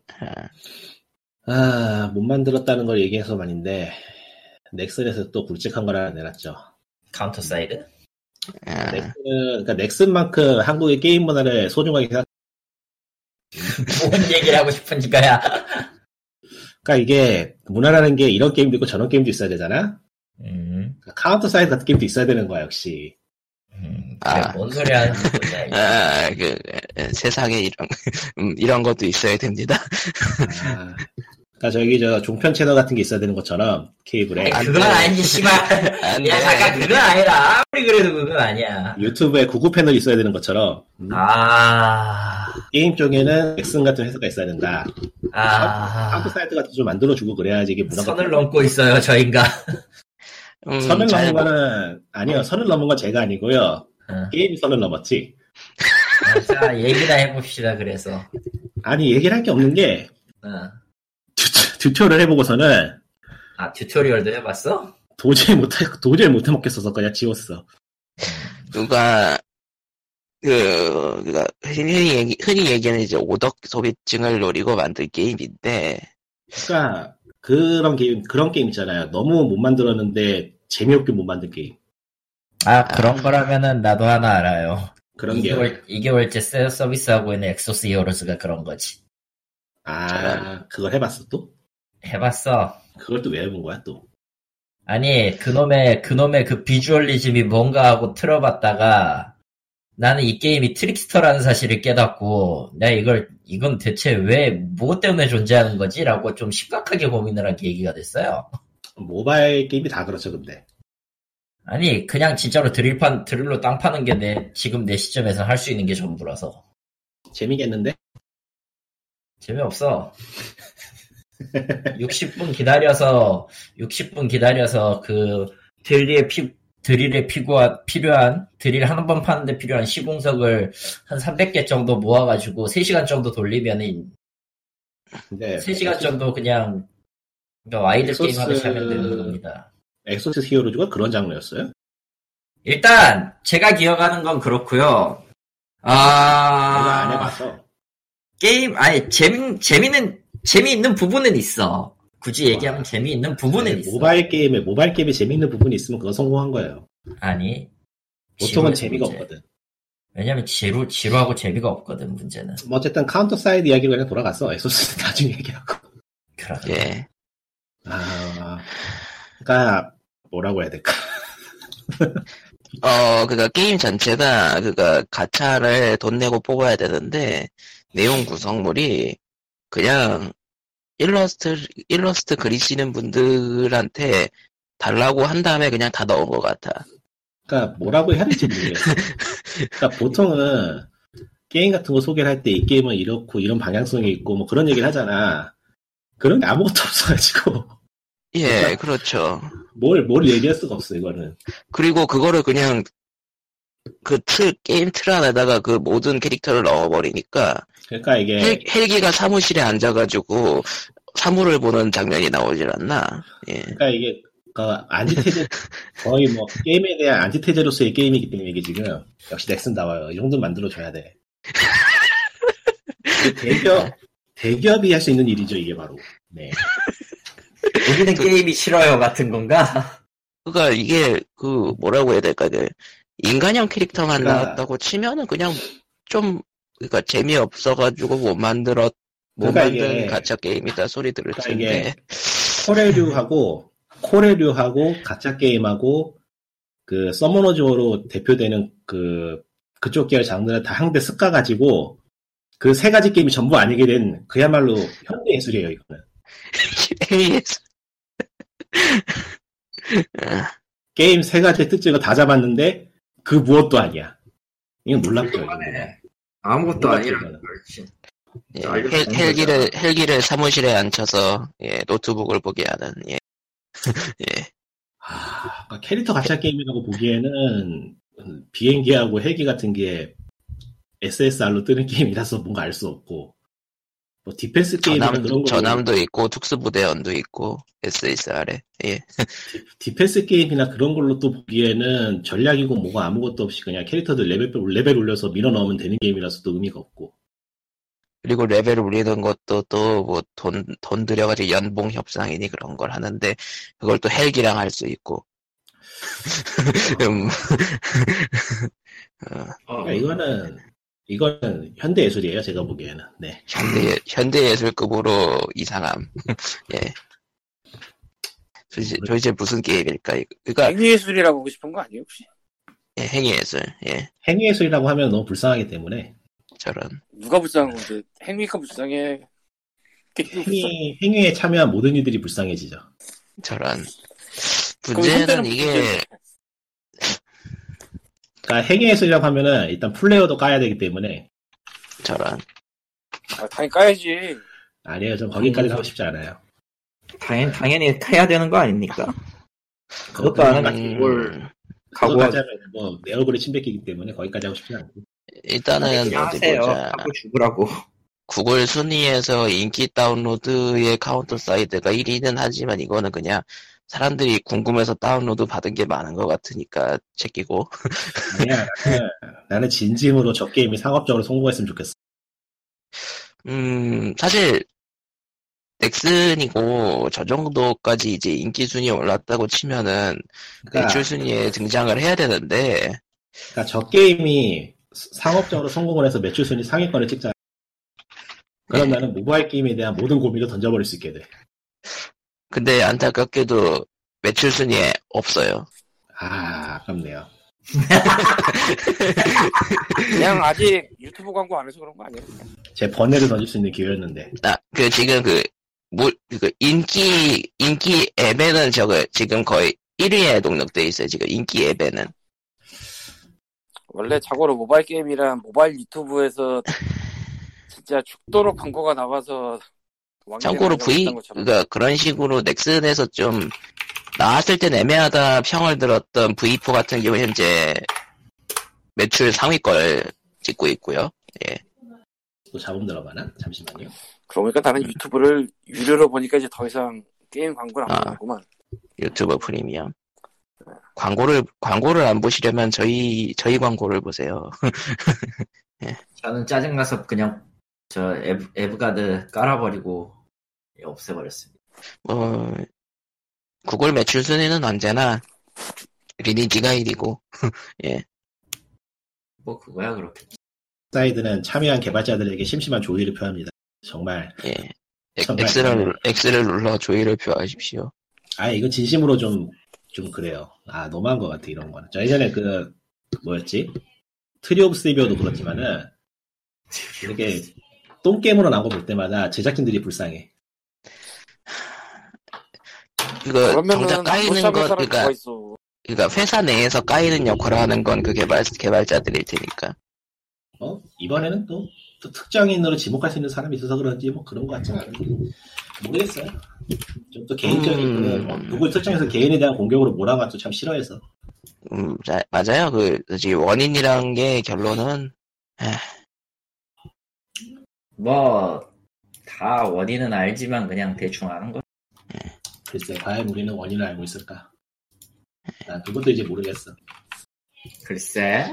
[SPEAKER 1] 아,
[SPEAKER 4] 아못 만들었다는 걸 얘기해서 말인데 넥슨에서 또 굵직한 걸 하나 내놨죠.
[SPEAKER 2] 카운터 사이드?
[SPEAKER 1] 아,
[SPEAKER 4] 넥슨 그러니까 넥슨만큼 한국의 게임 문화를 소중하게 생각.
[SPEAKER 2] 뭔 얘기를 하고 싶은지가야.
[SPEAKER 4] 그러니까 이게 문화라는 게 이런 게임도 있고 저런 게임도 있어야 되잖아.
[SPEAKER 2] 음,
[SPEAKER 4] 그러니까 카운터 사이드 같은 게임도 있어야 되는 거야 역시.
[SPEAKER 2] 음.
[SPEAKER 1] 아.
[SPEAKER 2] 그래, 뭔 소리 하는 거냐. 이거.
[SPEAKER 1] 아, 그 에, 세상에 이런 음, 이런 것도 있어야 됩니다.
[SPEAKER 4] 아, 그러니까 저기 저 종편 채널 같은 게 있어야 되는 것처럼 케이블에
[SPEAKER 2] 아니, 네. 그건 아니지, 씨발.
[SPEAKER 1] 안
[SPEAKER 2] 야,
[SPEAKER 1] 돼.
[SPEAKER 2] 잠깐, 그건 아니라. 아무리 그래도 그건 아니야.
[SPEAKER 4] 유튜브에 구구 패널이 있어야 되는 것처럼 음,
[SPEAKER 2] 아,
[SPEAKER 4] 게임 쪽에는 넥슨 같은 회사가 있어야 된다.
[SPEAKER 2] 아.
[SPEAKER 4] 카운터 사이드 같은 좀 만들어주고 그래야지 이게 문화가
[SPEAKER 2] 선을 넘고 있어요, 저인가.
[SPEAKER 1] 음,
[SPEAKER 4] 선을
[SPEAKER 1] 잘
[SPEAKER 4] 넘은
[SPEAKER 1] 모-
[SPEAKER 4] 거는 아니요 선을 넘은 건 제가 아니고요
[SPEAKER 2] 어.
[SPEAKER 4] 게임이 선을 넘었지
[SPEAKER 2] 아, 자, 얘기나 해봅시다, 그래서.
[SPEAKER 4] 아니 얘기를 할 게 없는 게
[SPEAKER 2] 어.
[SPEAKER 4] 튜토를 해보고서는
[SPEAKER 2] 아, 튜토리얼도 해봤어?
[SPEAKER 4] 도저히 못해 도저히 못해 먹겠어서 그냥 지웠어
[SPEAKER 1] 누가 그 그가 흔히 얘기 흔히 얘기하는 이제 오덕 소비증을 노리고 만든 게임인데
[SPEAKER 4] 그러니까 그런 게임 그런 게임 있잖아요 너무 못 만들었는데 재미없게 못 만든 게임
[SPEAKER 5] 아, 그런 거라면은 나도 하나 알아요.
[SPEAKER 4] 그런
[SPEAKER 2] 음,
[SPEAKER 5] 2개월, 2개월째 세- 서비스하고 있는 엑소스 히어로즈가 그런 거지.
[SPEAKER 4] 게아 그걸 해봤어 또
[SPEAKER 5] 해봤어.
[SPEAKER 4] 그걸 또 왜 해본 거야 또
[SPEAKER 5] 아니, 그놈의, 그놈의 그 비주얼리즘이 뭔가 하고 틀어봤다가 나는 이 게임이 트릭스터라는 사실을 깨닫고 내가 이걸, 이건 대체 왜, 무엇 때문에 존재하는 거지? 라고 좀 심각하게 고민을 한 계기가 됐어요.
[SPEAKER 4] 모바일 게임이 다 그렇죠 근데
[SPEAKER 5] 아니, 그냥 진짜로 드릴판, 드릴로 땅 파는 게 내, 지금 내 시점에서 할 수 있는 게 전부라서.
[SPEAKER 4] 재미겠는데
[SPEAKER 5] 재미없어. 60분 기다려서 60분 기다려서 그 드릴에 피 드릴에 피고한 필요한 드릴 한 번 파는데 필요한 시공석을 한 300개 정도 모아가지고 3시간 정도 돌리면은
[SPEAKER 4] 근데
[SPEAKER 5] 3시간 정도 그냥 그러니까 와이드
[SPEAKER 4] 네, 그렇죠. 소스-
[SPEAKER 5] 게임 하듯이 하면 되는 겁니다.
[SPEAKER 4] 엑소스 히어로즈가 그런 장르였어요
[SPEAKER 5] 일단
[SPEAKER 2] 제가 기억하는 건 그렇고요.
[SPEAKER 5] 아,
[SPEAKER 4] 내가 안
[SPEAKER 2] 아,
[SPEAKER 4] 해봤어
[SPEAKER 2] 게임, 아니, 재미, 재미는, 재미있는 부분은 있어. 굳이 얘기하면
[SPEAKER 4] 와.
[SPEAKER 2] 재미있는 부분은
[SPEAKER 4] 네,
[SPEAKER 2] 있어.
[SPEAKER 4] 모바일 게임에 모바일 게임이 재밌는 부분이 있으면 그건 성공한 거예요.
[SPEAKER 5] 아니 지루해서
[SPEAKER 4] 보통은 재미가
[SPEAKER 5] 문제.
[SPEAKER 4] 없거든.
[SPEAKER 5] 왜냐면 지루 지루하고 재미가 없거든 문제는.
[SPEAKER 4] 뭐 어쨌든 카운터 사이드 이야기로 그냥 돌아갔어. 엑소스는 나중에 얘기하고.
[SPEAKER 5] 그러다.
[SPEAKER 1] 예
[SPEAKER 4] 아, 그러니까 뭐라고 해야 될까?
[SPEAKER 1] 어, 그니까 게임 전체가, 그니까 가차를 돈 내고 뽑아야 되는데, 내용 구성물이 그냥 일러스트, 일러스트 그리시는 분들한테 달라고 한 다음에 그냥 다 넣은 것 같아.
[SPEAKER 4] 그러니까 뭐라고 해야 될지 모르겠어. 그러니까 보통은 게임 같은 거 소개를 할 때 이 게임은 이렇고 이런 방향성이 있고 뭐 그런 얘기를 하잖아. 그런데 아무것도 없어가지고
[SPEAKER 1] 예,
[SPEAKER 4] 그러니까
[SPEAKER 1] 그렇죠.
[SPEAKER 4] 뭘 뭘 얘기할 수가 없어 이거는.
[SPEAKER 1] 그리고 그거를 그냥 그 틀, 게임 틀 안에다가 그 모든 캐릭터를 넣어버리니까,
[SPEAKER 4] 그러니까 이게
[SPEAKER 1] 헬, 헬기가 사무실에 앉아가지고 사물을 보는 장면이 나오질 않나. 예.
[SPEAKER 4] 그러니까 이게 그 안티테제 거의 뭐 게임에 대한 안티테제로서의 게임이기 때문에 이게 지금 역시 넥슨 나와요. 이 정도 만들어줘야 돼. 이게 대기업 대기업이 할 수 있는 일이죠 이게 바로. 네.
[SPEAKER 2] 우리는 게임이 싫어요, 같은 건가?
[SPEAKER 1] 그러니까 이게 그 뭐라고 해야 될까 그 인간형 캐릭터만
[SPEAKER 4] 그러니까-
[SPEAKER 1] 나왔다고 치면은 그냥 좀 그러니까 재미없어가지고 못 만들었 못
[SPEAKER 4] 그러니까
[SPEAKER 1] 뭐 만든
[SPEAKER 4] 이게-
[SPEAKER 1] 가짜 게임이다 소리 들을
[SPEAKER 4] 그러니까
[SPEAKER 1] 텐데
[SPEAKER 4] 이게 코레류하고 코레류하고 가짜 게임하고 그 서머너즈로 대표되는 그 그쪽 계열 장르를 다 한데 섞어 가지고 그 세 가지 게임이 전부 아니게 된 그야말로 현대 예술이에요 이거는.
[SPEAKER 1] AS
[SPEAKER 4] 게임 세 가지 특징을 다 잡았는데 그 무엇도 아니야. 이건 놀랍죠. 이건.
[SPEAKER 2] 네. 아무것도
[SPEAKER 4] 몰랐지,
[SPEAKER 2] 아니라는
[SPEAKER 4] 나는.
[SPEAKER 2] 거지.
[SPEAKER 1] 예,
[SPEAKER 2] 알고
[SPEAKER 1] 헬,
[SPEAKER 2] 있는
[SPEAKER 1] 헬기를 헬기를 사무실에 앉혀서 예, 노트북을 보게 하는 예. 예.
[SPEAKER 4] 하, 그러니까 캐릭터 가챠 게임이라고 보기에는 음, 비행기하고 헬기 같은 게 SSR로 뜨는 게임이라서 뭔가 알 수 없고 뭐 디펜스 게임이나 그런
[SPEAKER 1] 전함,
[SPEAKER 4] 거
[SPEAKER 1] 전함도 있고 특수부대원도 있고 SSR에 예.
[SPEAKER 4] 디펜스 게임이나 그런 걸로 또 보기에는 전략이고 뭐가 아무것도 없이 그냥 캐릭터들 레벨 레벨 올려서 밀어 넣으면 되는 게임이라서 또 의미가 없고
[SPEAKER 1] 그리고 레벨 올리는 것도 또 뭐 돈 돈 들여가지고 연봉 협상이니 그런 걸 하는데 그걸 또 헬기랑 할 수 있고 음,
[SPEAKER 2] 어. 네.
[SPEAKER 4] 그러니까 이거는 이거는 현대 예술이에요 제가 보기에는 네
[SPEAKER 1] 현대 현대 예술급으로 이상함 예 도대체, 도대체 무슨 게임일까 이거. 그러니까
[SPEAKER 3] 행위 예술이라고 하고 싶은 거 아니에요 혹시?
[SPEAKER 1] 예, 행위 예술 예
[SPEAKER 4] 행위 예술이라고 하면 너무 불쌍하기 때문에
[SPEAKER 1] 저런
[SPEAKER 3] 누가 불쌍한 건데 행위가 불쌍해. 게임이 불쌍해.
[SPEAKER 4] 행위 행위에 참여한 모든 이들이 불쌍해지죠
[SPEAKER 1] 저런
[SPEAKER 3] 그럼 현대는
[SPEAKER 1] 문제는
[SPEAKER 3] 문제지.
[SPEAKER 1] 이게
[SPEAKER 4] 그러니까 행위 예술이라고 하면은 일단 플레이어도 까야 되기 때문에
[SPEAKER 1] 저런
[SPEAKER 3] 아, 당연히 까야지.
[SPEAKER 4] 아니에요 전 거기까지
[SPEAKER 2] 음.
[SPEAKER 4] 가고 싶지 않아요
[SPEAKER 2] 당연, 당연히 해야 되는 거 아닙니까? 그것도 안 하는
[SPEAKER 4] 거기까지-
[SPEAKER 1] 음,
[SPEAKER 2] 뭘
[SPEAKER 4] 음. 그거
[SPEAKER 2] 각오하고
[SPEAKER 4] 가자면 뭐내 얼굴에 침 뱉기기 때문에 거기까지 하고 싶지 않고
[SPEAKER 1] 일단은
[SPEAKER 2] 그냥
[SPEAKER 1] 어디
[SPEAKER 2] 하세요.
[SPEAKER 1] 보자
[SPEAKER 2] 하고 죽으라고.
[SPEAKER 1] 구글 순위에서 인기 다운로드의 카운터 사이드가 1위는 하지만 이거는 그냥 사람들이 궁금해서 다운로드 받은 게 많은 것 같으니까 제끼고
[SPEAKER 4] 아니야 나는, 나는 진심으로 저 게임이 상업적으로 성공했으면 좋겠어
[SPEAKER 1] 음 사실 넥슨이고 저 정도까지 이제 인기 순위 올랐다고 치면은
[SPEAKER 4] 네.
[SPEAKER 2] 그러니까
[SPEAKER 1] 매출 순위에 등장을 해야 되는데
[SPEAKER 4] 그러니까 저 게임이 수- 상업적으로 성공을 해서 매출 순위 상위권을 찍자. 그럼
[SPEAKER 1] 네.
[SPEAKER 4] 나는 모바일 게임에 대한 모든 고민을 던져버릴 수 있게 돼.
[SPEAKER 1] 근데 안타깝게도 매출 순위에 없어요.
[SPEAKER 4] 아, 아깝네요.
[SPEAKER 3] 그냥 아직 유튜브 광고 안 해서 그런 거 아니에요? 그냥.
[SPEAKER 4] 제 번뇌를 던질 수 있는 기회였는데.
[SPEAKER 1] 나 그 지금 그, 물, 그 인기, 인기 앱에는 저거 지금 거의 1위에 등록돼 있어요. 지금 인기
[SPEAKER 3] 아,
[SPEAKER 1] 앱에는.
[SPEAKER 3] 원래 자고로 모바일 게임이란 모바일 유튜브에서 진짜 죽도록 광고가 나와서 왕년에
[SPEAKER 1] 참고로
[SPEAKER 3] 많이
[SPEAKER 1] V,
[SPEAKER 3] 나왔던 것처럼.
[SPEAKER 1] 그러니까 그런 식으로 넥슨에서 좀 나왔을 땐 애매하다 평을 들었던 V4 같은 경우 현재 매출 상위권을 찍고 있고요.
[SPEAKER 4] 또 잡음 들어가나? 잠시만요.
[SPEAKER 3] 그러니까 나는 유튜브를 유료로 보니까 이제 더 이상 게임 광고를
[SPEAKER 1] 아.
[SPEAKER 3] 안 보는구만.
[SPEAKER 1] 유튜브 프리미엄. 광고를, 광고를 안 보시려면 저희, 저희 광고를 보세요.
[SPEAKER 2] 저는 짜증나서 그냥 저 에브, 에브가드 깔아버리고 예, 없애버렸습니다.
[SPEAKER 1] 뭐, 구글 매출 순위는 언제나 리니지가 1위고,
[SPEAKER 2] 뭐 그거야 그렇게.
[SPEAKER 4] 사이드는 참여한 개발자들에게 심심한 조의를 표합니다. 정말.
[SPEAKER 1] 예. 엑-
[SPEAKER 4] 정말.
[SPEAKER 1] X를, X를 눌러 조이를 표하십시오.
[SPEAKER 4] 아, 이거 진심으로 좀, 좀 그래요. 아, 너무한 것 같아, 이런 거는. 저 예전에 그, 뭐였지? 트리 오브 스티비어도 그렇지만은, 이렇게 똥게임으로 나온 거 볼 때마다 제작진들이 불쌍해.
[SPEAKER 1] 이거 정작
[SPEAKER 3] 그러면은 못
[SPEAKER 1] 까이는
[SPEAKER 3] 잡을
[SPEAKER 1] 것,
[SPEAKER 3] 사람이
[SPEAKER 1] 그러니까,
[SPEAKER 3] 누가 있어.
[SPEAKER 1] 그러니까 회사 내에서 까이는 역할을 하는 건 그 개발, 개발자들일 테니까.
[SPEAKER 4] 어? 이번에는 또, 또 특정인으로 지목할 수 있는 사람이 있어서 그런지 뭐 그런 것 같지는 않은데 모르겠어요. 좀 또 개인적인
[SPEAKER 1] 음.
[SPEAKER 4] 그런 뭐 누굴 특정해서 개인에 대한 공격으로 몰아가는 거참 싫어해서
[SPEAKER 1] 음, 자- 맞아요. 그, 솔직히 원인이란 게 결론은,
[SPEAKER 2] 뭐 다 원인은 알지만 그냥 대충 아는 거.
[SPEAKER 4] 글쎄 과연 우리는 원인을 알고 있을까? 난 그것도 이제 모르겠어.
[SPEAKER 2] 글쎄.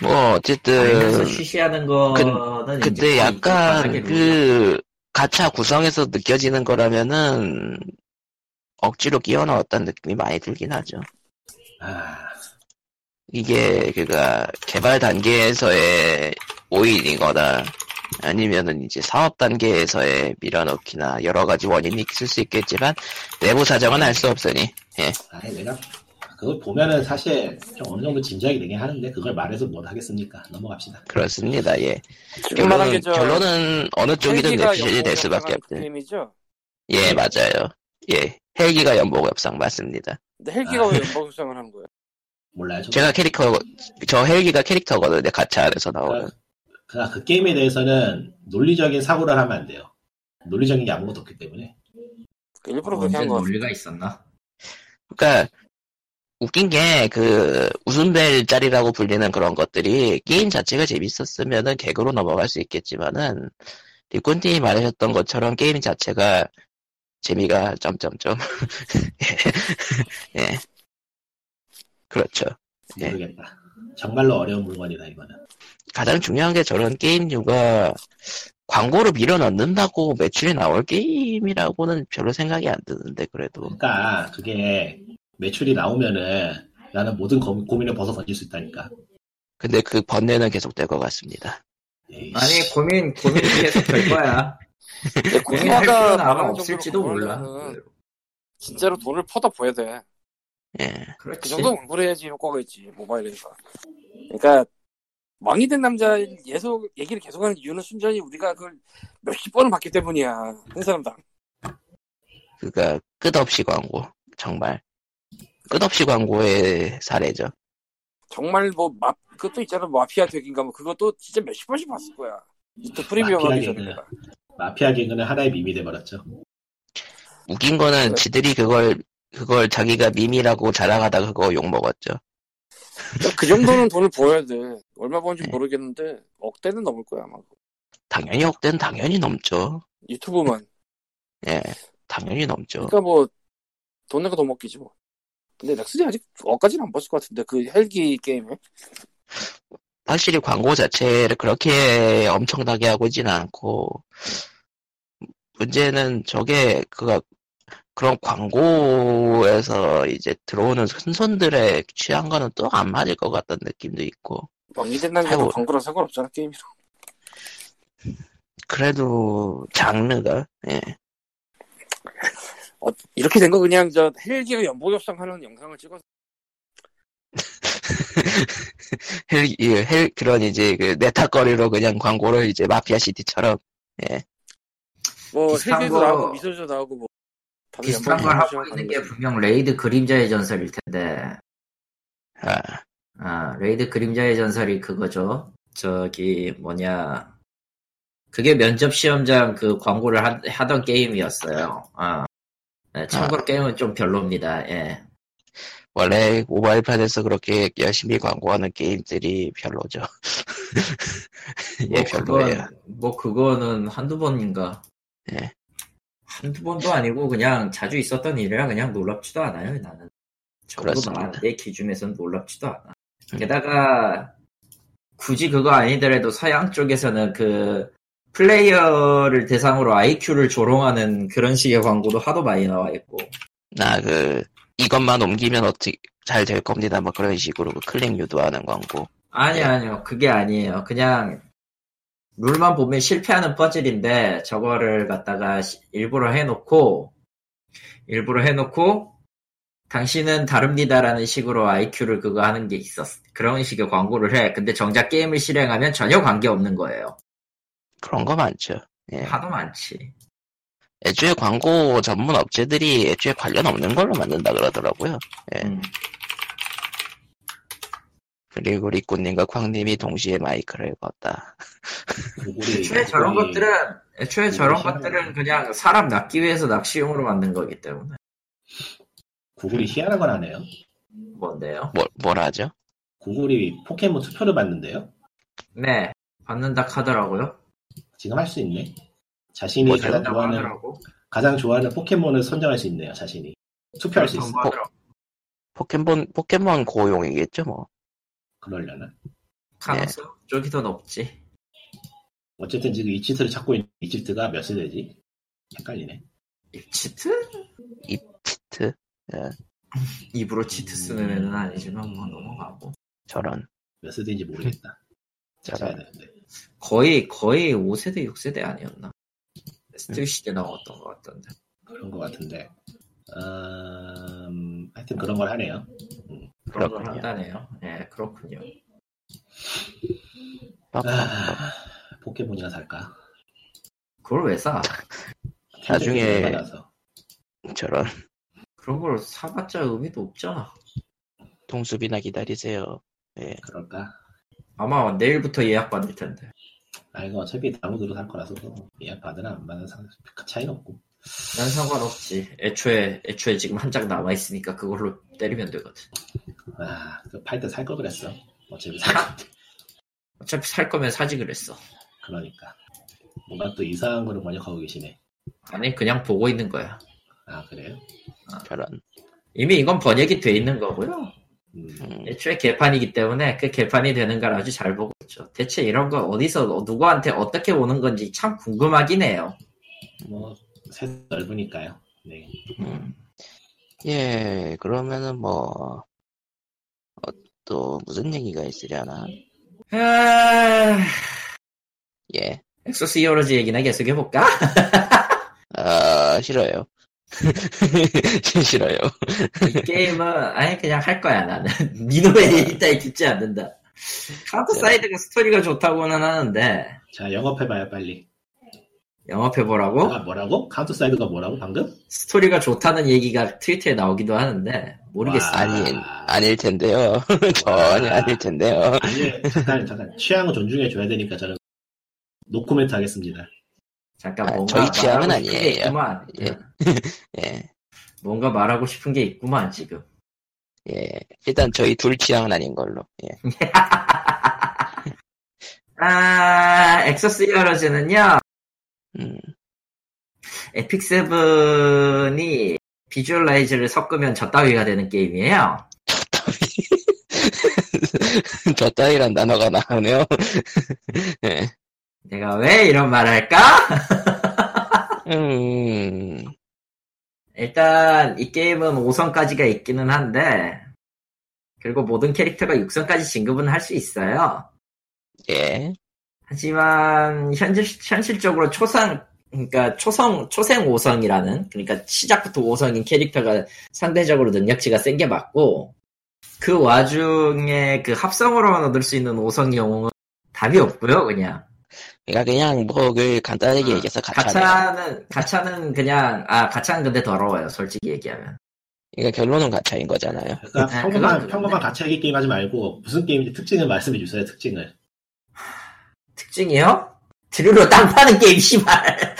[SPEAKER 1] 뭐,
[SPEAKER 2] 알면서
[SPEAKER 1] 어쨌든,
[SPEAKER 2] 쉬쉬하는 거는
[SPEAKER 1] 근데
[SPEAKER 2] 이제
[SPEAKER 1] 약간
[SPEAKER 2] 이게 바닥에
[SPEAKER 1] 그 가차 구성에서 느껴지는 거라면은 억지로 끼워 넣었다는 느낌이 많이 들긴 하죠.
[SPEAKER 4] 아,
[SPEAKER 1] 이게 그가 개발 단계에서의 오인이거나 아니면은 이제 사업 단계에서의 밀어넣기나 여러 가지 원인이 있을 수 있겠지만 내부 사정은 알 수 없으니
[SPEAKER 4] 아니 내가 그걸 보면은 사실 좀 어느 정도 짐작이 되긴 하는데 그걸 말해서 뭘 하겠습니까? 넘어갑시다.
[SPEAKER 1] 그렇습니다. 예.
[SPEAKER 3] 지금 말한
[SPEAKER 1] 결론은,
[SPEAKER 3] 게 저-
[SPEAKER 1] 결론은 어느 쪽이든
[SPEAKER 3] 헬기가
[SPEAKER 1] 내피셜이
[SPEAKER 3] 연봉
[SPEAKER 1] 될 수밖에
[SPEAKER 3] 협상하는
[SPEAKER 1] 없대.
[SPEAKER 3] 게임이죠.
[SPEAKER 1] 예, 맞아요. 예. 헬기가 연봉 협상 맞습니다.
[SPEAKER 3] 근데 헬기가
[SPEAKER 4] 아.
[SPEAKER 3] 왜 연봉 협상을 하는 거예요?
[SPEAKER 4] 몰라요. 저도.
[SPEAKER 1] 제가 캐릭터, 저 헬기가 캐릭터거든요. 가차 안에서 나오는.
[SPEAKER 4] 그, 아, 그 게임에 대해서는 논리적인 사고를 하면 안 돼요. 논리적인 게 아무것도 없기 때문에.
[SPEAKER 1] 어,
[SPEAKER 3] 일부러 그렇게
[SPEAKER 2] 언제
[SPEAKER 3] 한 거.
[SPEAKER 2] 논리가 있었나?
[SPEAKER 1] 그러니까 웃긴 게 그 웃음벨짜리라고 불리는 그런 것들이 게임 자체가 재밌었으면은 개그로 넘어갈 수 있겠지만은 리콘님이 말하셨던 것처럼 게임 자체가 재미가 점점점 예. 예 그렇죠
[SPEAKER 2] 네.
[SPEAKER 1] 예.
[SPEAKER 4] 모르겠다. 정말로 어려운 물건이다 이거는.
[SPEAKER 1] 가장 중요한 게 저런 게임류가 광고를 밀어 넣는다고 매출이 나올 게임이라고는 별로 생각이 안 드는데 그래도
[SPEAKER 4] 그러니까 그게 매출이 나오면은 나는 모든 고, 고민을 벗어 던질 수 있다니까.
[SPEAKER 1] 근데 그 번뇌는 계속 될 것 같습니다
[SPEAKER 4] 예, 에이,
[SPEAKER 2] 아니 고민 고민 계속 될 거야. 네, 고민할
[SPEAKER 3] 고마가
[SPEAKER 2] 필요는 아마
[SPEAKER 3] 말하는
[SPEAKER 2] 없을지도
[SPEAKER 3] 정도로
[SPEAKER 2] 몰라. 네.
[SPEAKER 3] 그러면은 진짜로 돈을 퍼다 보야 돼.
[SPEAKER 1] 예
[SPEAKER 3] 그
[SPEAKER 2] 그렇지.
[SPEAKER 3] 정도 공부를 해야지 효과가 있지 모바일에서. 그러니까 왕이 된 남자 계속 얘기를 계속하는 이유는 순전히 우리가 그걸 몇십 번을 봤기 때문이야 한 사람당.
[SPEAKER 1] 그니까 그러니까 끝없이 광고 정말 끝없이 광고의 사례죠
[SPEAKER 3] 정말 뭐 마, 그것도 있잖아 마피아 되긴가 뭐 그것도 진짜 몇십 번씩 봤을 거야. 이때 프리미엄
[SPEAKER 4] 마피아
[SPEAKER 3] 하기 전에
[SPEAKER 4] 개그.
[SPEAKER 3] 내가.
[SPEAKER 4] 마피아 개그는 하나의 밈이 돼버렸죠.
[SPEAKER 1] 웃긴 거는
[SPEAKER 3] 네.
[SPEAKER 1] 지들이 그걸 그걸 자기가 밈이라고 자랑하다 그거 욕 먹었죠.
[SPEAKER 3] 그 정도는 돈을 보여야 돼. 얼마 번지
[SPEAKER 1] 네. 모르겠는데
[SPEAKER 3] 모르겠는데 억대는 넘을 거야 아마.
[SPEAKER 1] 당연히 억대는 당연히 넘죠.
[SPEAKER 3] 유튜브만.
[SPEAKER 1] 예, 당연히
[SPEAKER 2] 어.
[SPEAKER 1] 넘죠.
[SPEAKER 3] 그러니까 뭐 돈 내고 더 먹기지 뭐. 근데 넥슨이 아직 억까지는 안 봤을 것 같은데 그 헬기 게임에
[SPEAKER 1] 확실히 광고 자체를 그렇게 엄청나게 하고 있지는 않고 문제는 저게 그가 그런 광고에서 이제 들어오는 큰손들의 취향과는 또 안 맞을 것 같다는 느낌도 있고
[SPEAKER 3] 왕이 된다는
[SPEAKER 1] 아이고.
[SPEAKER 3] 게도 광고랑 상관없잖아 게임이랑.
[SPEAKER 1] 그래도 장르가 예.
[SPEAKER 3] 어, 이렇게 된 거 그냥 저 헬기가 연보협상하는 영상을 찍어서
[SPEAKER 1] 헬, 예, 헬, 그런 이제 그 네타거리로 그냥 광고를 이제 마피아 시티처럼
[SPEAKER 3] 뭐
[SPEAKER 2] 비슷한
[SPEAKER 3] 헬기도
[SPEAKER 2] 거-
[SPEAKER 3] 나오고 미소도 나오고 뭐 다들
[SPEAKER 2] 비슷한 걸
[SPEAKER 3] 연보협상
[SPEAKER 2] 하고 있는
[SPEAKER 3] 하는
[SPEAKER 2] 게
[SPEAKER 3] 거지.
[SPEAKER 2] 분명 레이드 그림자의 전설일 텐데.
[SPEAKER 1] 아,
[SPEAKER 2] 아, 레이드 그림자의 전설이 그거죠. 저기 뭐냐. 그게 면접 시험장 그 광고를 하, 하던 게임이었어요. 아. 네, 참고로 게임은 좀 별로입니다. 예.
[SPEAKER 1] 원래 모바일판에서 그렇게 열심히 광고하는 게임들이 별로죠. 예, 별로예요.
[SPEAKER 2] 뭐 그건, 뭐 그거는 한두 번인가.
[SPEAKER 1] 예.
[SPEAKER 2] 한두 번도 아니고 그냥 자주 있었던 일이라 그냥 놀랍지도 않아요, 나는. 적어도
[SPEAKER 1] 그렇습니다. 음.
[SPEAKER 2] 나- 내 기준에선 놀랍지도 않아. 게다가 굳이 그거 아니더라도 서양 쪽에서는 그 플레이어를 대상으로 IQ를 조롱하는 그런 식의 광고도 하도 많이 나와 있고
[SPEAKER 1] 나 그, 이것만 옮기면 어떻게 잘 될 겁니다. 뭐 그런 식으로 그 클릭 유도하는 광고.
[SPEAKER 2] 아니요, 아니요. 그게 아니에요. 그냥, 룰만 보면 실패하는 퍼즐인데, 저거를 갖다가 시- 일부러 해놓고, 일부러 해놓고, 당신은 다릅니다라는 식으로 IQ를 그거 하는 게 있었, 그런 식의 광고를 해. 근데 정작 게임을 실행하면 전혀 관계없는 거예요.
[SPEAKER 1] 그런 거 많죠.
[SPEAKER 4] 네.
[SPEAKER 1] 예.
[SPEAKER 2] 하도 많지.
[SPEAKER 1] 애초에 광고 전문 업체들이 애초에 관련 없는 걸로 만든다 그러더라고요.
[SPEAKER 4] 네.
[SPEAKER 1] 예.
[SPEAKER 2] 음.
[SPEAKER 1] 그리고 리꾸님과 쾅님이 동시에 마이크를 껐다.
[SPEAKER 4] 고글이,
[SPEAKER 2] 애초에 저런
[SPEAKER 4] 고글이
[SPEAKER 2] 것들은, 애초에 저런
[SPEAKER 4] 이거
[SPEAKER 2] 것들은
[SPEAKER 4] 희한해.
[SPEAKER 2] 그냥 사람 낚기 위해서 낚시용으로 만든 거기 때문에.
[SPEAKER 4] 구글이 희한한 건 하네요.
[SPEAKER 2] 뭔데요?
[SPEAKER 1] 뭘, 뭘 하죠?
[SPEAKER 4] 구글이 포켓몬 투표를 받는데요.
[SPEAKER 2] 네. 받는다 하더라고요.
[SPEAKER 4] 지금 할 수 있네. 자신이
[SPEAKER 1] 뭐
[SPEAKER 4] 가장
[SPEAKER 2] 된다고
[SPEAKER 4] 좋아하는
[SPEAKER 2] 하더라고.
[SPEAKER 4] 가장 좋아하는 포켓몬을 선정할 수 있네요. 자신이 투표할 수 있어.
[SPEAKER 2] 그렇다고 하더라고.
[SPEAKER 1] 포켓몬, 포켓몬 고용이겠죠, 뭐.
[SPEAKER 4] 그러려나?
[SPEAKER 2] 가능성 쪽이 네. 더 높지.
[SPEAKER 4] 어쨌든 지금 이집트를 찾고 있는 이집트가 몇 세대지? 헷갈리네.
[SPEAKER 2] 치트?
[SPEAKER 1] 치트,
[SPEAKER 2] 입으로 치트 쓰는 애는 아니지만 뭐 넘어가고.
[SPEAKER 1] 저런,
[SPEAKER 4] 몇 세대인지 모르겠다. 찾아야
[SPEAKER 1] 저런.
[SPEAKER 4] 되는데.
[SPEAKER 2] 거의 거의 5세대 6세대 아니었나? 스틸 시대 나왔던 것 같던데.
[SPEAKER 4] 그런 것 같은데. 음, 하여튼 그런 걸 하네요.
[SPEAKER 2] 그런 걸
[SPEAKER 1] 그렇군요.
[SPEAKER 2] 한다네요. 네, 그렇군요.
[SPEAKER 1] 빡빡빡.
[SPEAKER 4] 아, 포켓몬이나 살까?
[SPEAKER 2] 그걸 왜 사?
[SPEAKER 1] 나중에-
[SPEAKER 4] 텐데도 받아서.
[SPEAKER 1] 저런.
[SPEAKER 2] 그런 걸 사봤자 의미도 없잖아.
[SPEAKER 1] 동숲이나 기다리세요. 예.
[SPEAKER 4] 그럴까?
[SPEAKER 2] 아마 내일부터 예약 받을 텐데.
[SPEAKER 4] 아 이거 어차피 나무도로 살 거라서 뭐 예약 받으나 안 받으나 상- 큰 차이는 없고
[SPEAKER 2] 난 상관없지. 애초에 애초에 지금 한 장 남아 있으니까 그걸로 때리면 되거든.
[SPEAKER 4] 아, 그팔때살 걸 그랬어. 어차피 살 건데.
[SPEAKER 2] 어차피 살 거면 사지 그랬어.
[SPEAKER 4] 그러니까. 뭔가 또 이상한 거를 번역하고 계시네.
[SPEAKER 2] 아니 그냥 보고 있는 거야.
[SPEAKER 4] 아, 그래요?
[SPEAKER 1] 저런.
[SPEAKER 2] 이미 이건 번역이 돼 있는 거고요.
[SPEAKER 4] 음,
[SPEAKER 1] 음.
[SPEAKER 2] 애초에 개판이기 때문에 그 개판이 되는 걸 아주 잘 보고 있죠. 대체 이런 거 어디서 누구한테 어떻게 오는 건지 참 궁금하긴 해요.
[SPEAKER 4] 뭐, 셋 넓으니까요. 네.
[SPEAKER 1] 음. 예, 그러면은 뭐, 어, 또 무슨 얘기가 있으려나?
[SPEAKER 2] 아,
[SPEAKER 1] 예,
[SPEAKER 2] 엑소스 히어로즈 얘기나 계속 해볼까?
[SPEAKER 1] 아, 싫어요. 싫어요.
[SPEAKER 2] 이 게임은 아예 그냥 할 거야 나는.
[SPEAKER 1] 아.
[SPEAKER 2] 니노의 얘기 따위 듣지 않는다. 카드 사이드가 스토리가 좋다고는 하는데
[SPEAKER 4] 자, 영업해봐요, 빨리.
[SPEAKER 1] 어?
[SPEAKER 2] 영업해보라고?
[SPEAKER 4] 아, 뭐라고? 카운터 사이드가 뭐라고, 방금?
[SPEAKER 2] 스토리가 좋다는 얘기가 트위터에 나오기도 하는데 모르겠어.
[SPEAKER 4] 와.
[SPEAKER 1] 아니, 아닐 텐데요. 전혀 아닐 텐데요.
[SPEAKER 4] 아니, 잠깐, 잠깐. 취향을 존중해줘야 되니까 저는 노코멘트 하겠습니다.
[SPEAKER 2] 잠깐
[SPEAKER 1] 아,
[SPEAKER 2] 뭔가
[SPEAKER 1] 저희 취향은
[SPEAKER 2] 말하고 싶은 게
[SPEAKER 1] 아니에요.
[SPEAKER 2] 있구만.
[SPEAKER 1] 예. 예,
[SPEAKER 2] 뭔가 말하고 싶은 게 있구만 지금.
[SPEAKER 1] 예. 일단 저희 둘 취향은 아닌 걸로. 예.
[SPEAKER 2] 아 엑소스 히어로즈는요
[SPEAKER 1] 음,
[SPEAKER 2] 에픽 세븐이 비주얼라이즈를 섞으면 저따위가 되는 게임이에요.
[SPEAKER 1] 저 따위란 단어가 나오네요. 예.
[SPEAKER 2] 내가 왜 이런 말할까?
[SPEAKER 1] 음,
[SPEAKER 2] 일단 이 게임은 5성까지가 있기는 한데 그리고 모든 캐릭터가 6성까지 진급은 할 수 있어요.
[SPEAKER 1] 예.
[SPEAKER 2] 하지만 현실 현실적으로 초상 그러니까 초성 초생 5성이라는 그러니까 시작부터 5성인 캐릭터가 상대적으로 능력치가 센 게 맞고 그 와중에 그 합성으로만 얻을 수 있는 5성 영웅은 답이 없고요 그냥
[SPEAKER 1] 그러니까 그냥 뭐 그 간단하게
[SPEAKER 4] 아,
[SPEAKER 2] 어,
[SPEAKER 1] 얘기해서 가차네요.
[SPEAKER 2] 가차는 가차는 그냥 아 가차는 근데 더러워요 솔직히 얘기하면
[SPEAKER 1] 그러니까 결론은 가차인 거잖아요.
[SPEAKER 4] 그러니까
[SPEAKER 2] 아,
[SPEAKER 4] 평범한,
[SPEAKER 2] 그건
[SPEAKER 4] 평범한
[SPEAKER 2] 그건데.
[SPEAKER 4] 가차기 게임 하지 말고 무슨 게임인지 특징을 말씀해주세요, 특징을.
[SPEAKER 2] 특징이요? 드릴로 땅 파는 게임 씨발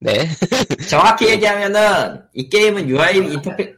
[SPEAKER 1] 네.
[SPEAKER 2] 정확히 얘기하면은 이 게임은 UI 인터페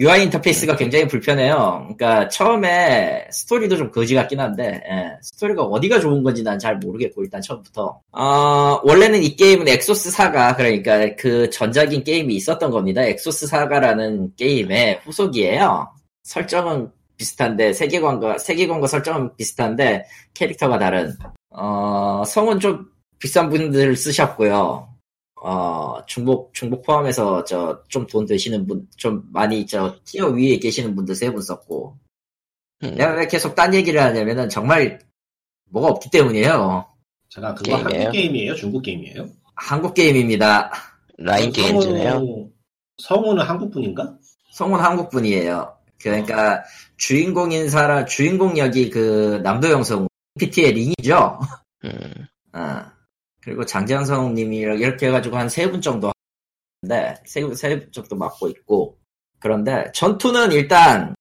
[SPEAKER 2] UI 인터페이스가 굉장히 불편해요. 그러니까 처음에 스토리도 좀 거지 같긴 한데 예, 스토리가 어디가 좋은 건지 난 잘 모르겠고 일단 처음부터 어, 원래는 이 게임은 엑소스 사가 그러니까 그 전작인 게임이 있었던 겁니다. 엑소스 사가라는 게임의 후속이에요. 설정은 비슷한데 세계관과 세계관과 설정은 비슷한데 캐릭터가 다른 어, 성은 좀 비싼 분들 쓰셨고요. 어, 중복, 중복 포함해서 저, 좀 돈 되시는 분, 좀 많이 저, 티어 위에 계시는 분들 세 분 썼고.
[SPEAKER 1] 음.
[SPEAKER 2] 내가 왜 계속 딴 얘기를 하냐면은 정말 뭐가 없기 때문이에요.
[SPEAKER 4] 잠깐, 그거
[SPEAKER 1] 게임이에요?
[SPEAKER 4] 한국 게임이에요? 중국 게임이에요?
[SPEAKER 2] 한국 게임입니다.
[SPEAKER 1] 라인 게임즈네요
[SPEAKER 4] 성우- 성우는 한국 분인가?
[SPEAKER 2] 성은 한국 분이에요. 그러니까 주인공인 사람, 주인공 역이 그 남도영 성우, PT의 링이죠.
[SPEAKER 1] 음.
[SPEAKER 2] 어. 그리고 장재현 성우님이 이렇게 해가지고 한 세 분 정도 하는데 세분 정도 맡고 있고 그런데 전투는 일단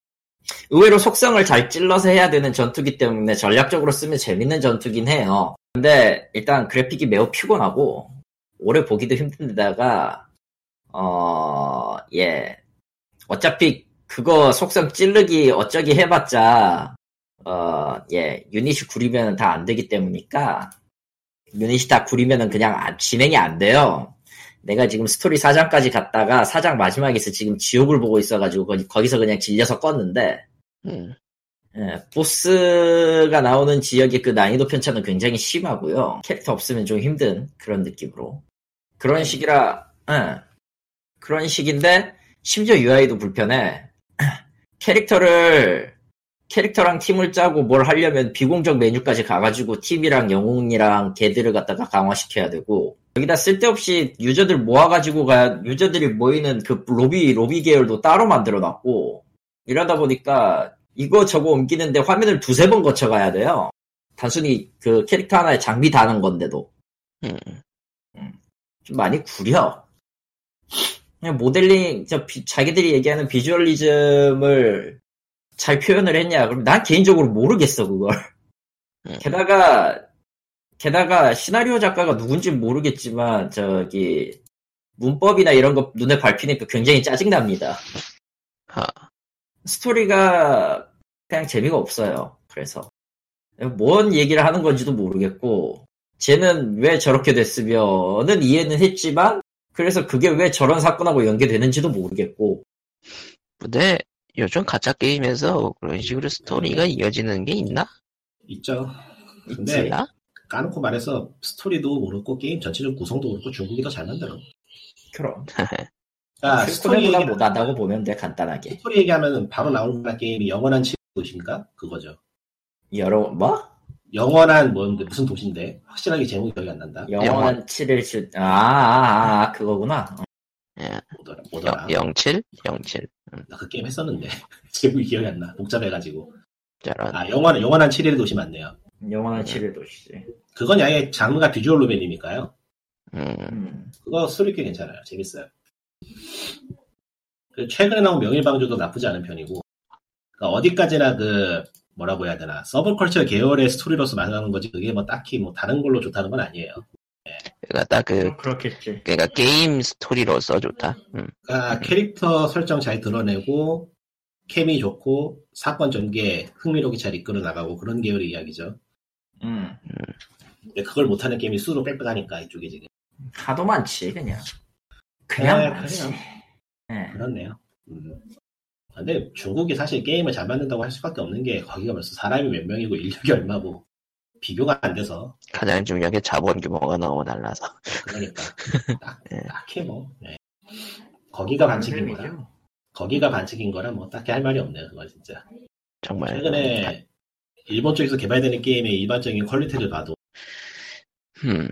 [SPEAKER 2] 의외로 속성을 잘 찔러서 해야 되는 전투기 때문에 전략적으로 쓰면 재밌는 전투긴 해요. 근데 일단 그래픽이 매우 피곤하고 오래 보기도 힘든데다가 어, 예. 어차피 그거 속성 찌르기 어쩌기 해봤자 어, 예. 유닛이 구리면 다 안 되기 때문이니까 유닛이 다 구리면은 그냥 안- 진행이 안 돼요. 내가 지금 스토리 사장까지 갔다가 사장 마지막에서 지금 지옥을 보고 있어가지고 거기- 거기서 그냥 질려서 껐는데
[SPEAKER 1] 음.
[SPEAKER 2] 예, 보스가 나오는 지역의 그 난이도 편차는 굉장히 심하고요. 캐릭터 없으면 좀 힘든 그런 느낌으로. 그런 식이라, 예. 그런 식인데, 심지어 UI도 불편해. 캐릭터를, 캐릭터랑 팀을 짜고 뭘 하려면 비공적 메뉴까지 가가지고 팀이랑 영웅이랑 개들을 갖다가 강화시켜야 되고, 여기다 쓸데없이 유저들 모아가지고 가, 유저들이 모이는 그 로비, 로비 계열도 따로 만들어 놨고, 이러다 보니까 이거 저거 옮기는데 화면을 두세 번 거쳐가야 돼요. 단순히 그 캐릭터 하나에 장비 다는 건데도
[SPEAKER 1] 음.
[SPEAKER 2] 좀 많이 구려. 그냥 모델링, 저 비- 자기들이 얘기하는 비주얼리즘을 잘 표현을 했냐? 그럼 난 개인적으로 모르겠어 그걸.
[SPEAKER 1] 음.
[SPEAKER 2] 게다가 게다가 시나리오 작가가 누군지 모르겠지만 저기 문법이나 이런 거 눈에 밟히니까 굉장히 짜증 납니다.
[SPEAKER 1] 하.
[SPEAKER 2] 스토리가 그냥 재미가 없어요. 그래서 뭔 얘기를 하는 건지도 모르겠고 쟤는 왜 저렇게 됐으면은 이해는 했지만 그래서 그게 왜 저런 사건하고 연계되는지도 모르겠고
[SPEAKER 1] 근데 요즘 가짜 게임에서 그런 식으로 스토리가
[SPEAKER 4] 네.
[SPEAKER 1] 이어지는 게 있나?
[SPEAKER 4] 있죠. 근데
[SPEAKER 2] 있지.
[SPEAKER 1] 있나?
[SPEAKER 4] 까놓고 말해서 스토리도 그렇고 게임 전체적 구성도 그렇고 중국이 더 잘 만들어.
[SPEAKER 2] 그럼
[SPEAKER 4] 그러니까 스토리
[SPEAKER 2] 슬프보다
[SPEAKER 4] 얘기를
[SPEAKER 2] 아, 못한다고 보면 돼 간단하게
[SPEAKER 4] 스토리 얘기하면 바로 나올 만한 게임이 영원한 도시인가 그거죠.
[SPEAKER 2] 여러 뭐
[SPEAKER 4] 영원한 뭔데 무슨 도시인데 확실하게 제목이 기억이 안 난다.
[SPEAKER 2] 영원한 7일 주... 아, 아, 아, 아, 그거구나 어,
[SPEAKER 4] 뭐더라 뭐더라.
[SPEAKER 1] 예. 영, 07? 07.
[SPEAKER 4] 나 그 게임 했었는데 제목이 기억이 안 나. 복잡해가지고.
[SPEAKER 1] 저런.
[SPEAKER 4] 아 영원한 영원한 7일 도시 맞네요.
[SPEAKER 2] 음, 영원한 7일 도시지
[SPEAKER 4] 그건 아예 장르가 비주얼 로맨이니까요.
[SPEAKER 1] 음.
[SPEAKER 2] 음.
[SPEAKER 4] 그거 스토리 꽤 괜찮아요. 재밌어요. 그 최근에 나온 명일방주도 나쁘지 않은 편이고, 그러니까 어디까지나 그, 뭐라고 해야 되나, 서브컬처 계열의 스토리로서 만나는 거지, 그게 뭐 딱히 뭐 다른 걸로 좋다는 건 아니에요.
[SPEAKER 1] 그러니까 딱
[SPEAKER 4] 네.
[SPEAKER 1] 그,
[SPEAKER 2] 그렇겠지
[SPEAKER 1] 그러니까 게임 스토리로서 좋다. 음.
[SPEAKER 4] 그러니까 캐릭터 설정 잘 드러내고, 케미 좋고, 사건 전개 흥미롭게 잘 이끌어 나가고, 그런 계열의 이야기죠.
[SPEAKER 2] 음.
[SPEAKER 4] 근데 그걸 못하는 게임이 수로 빽빽하니까, 이쪽이 지금.
[SPEAKER 2] 하도 많지 그냥 그냥
[SPEAKER 4] 아,
[SPEAKER 2] 많지
[SPEAKER 4] 그냥.
[SPEAKER 2] 예.
[SPEAKER 4] 그렇네요. 음. 근데 중국이 사실 게임을 잘 만든다고 할 수밖에 없는 게 거기가 벌써 사람이 몇 명이고 인력이 얼마고 비교가 안 돼서
[SPEAKER 1] 가장 중요한 게 자본 규모가 너무 달라서.
[SPEAKER 4] 그러니까 딱,
[SPEAKER 1] 예.
[SPEAKER 4] 딱히 뭐 예. 거기가 반칙인 거라 거기가 반칙인 거라 뭐 딱히 할 말이 없네요 그거 진짜
[SPEAKER 1] 정말.
[SPEAKER 4] 최근에 일본 쪽에서 개발되는 게임의 일반적인 퀄리티를 봐도
[SPEAKER 1] 음.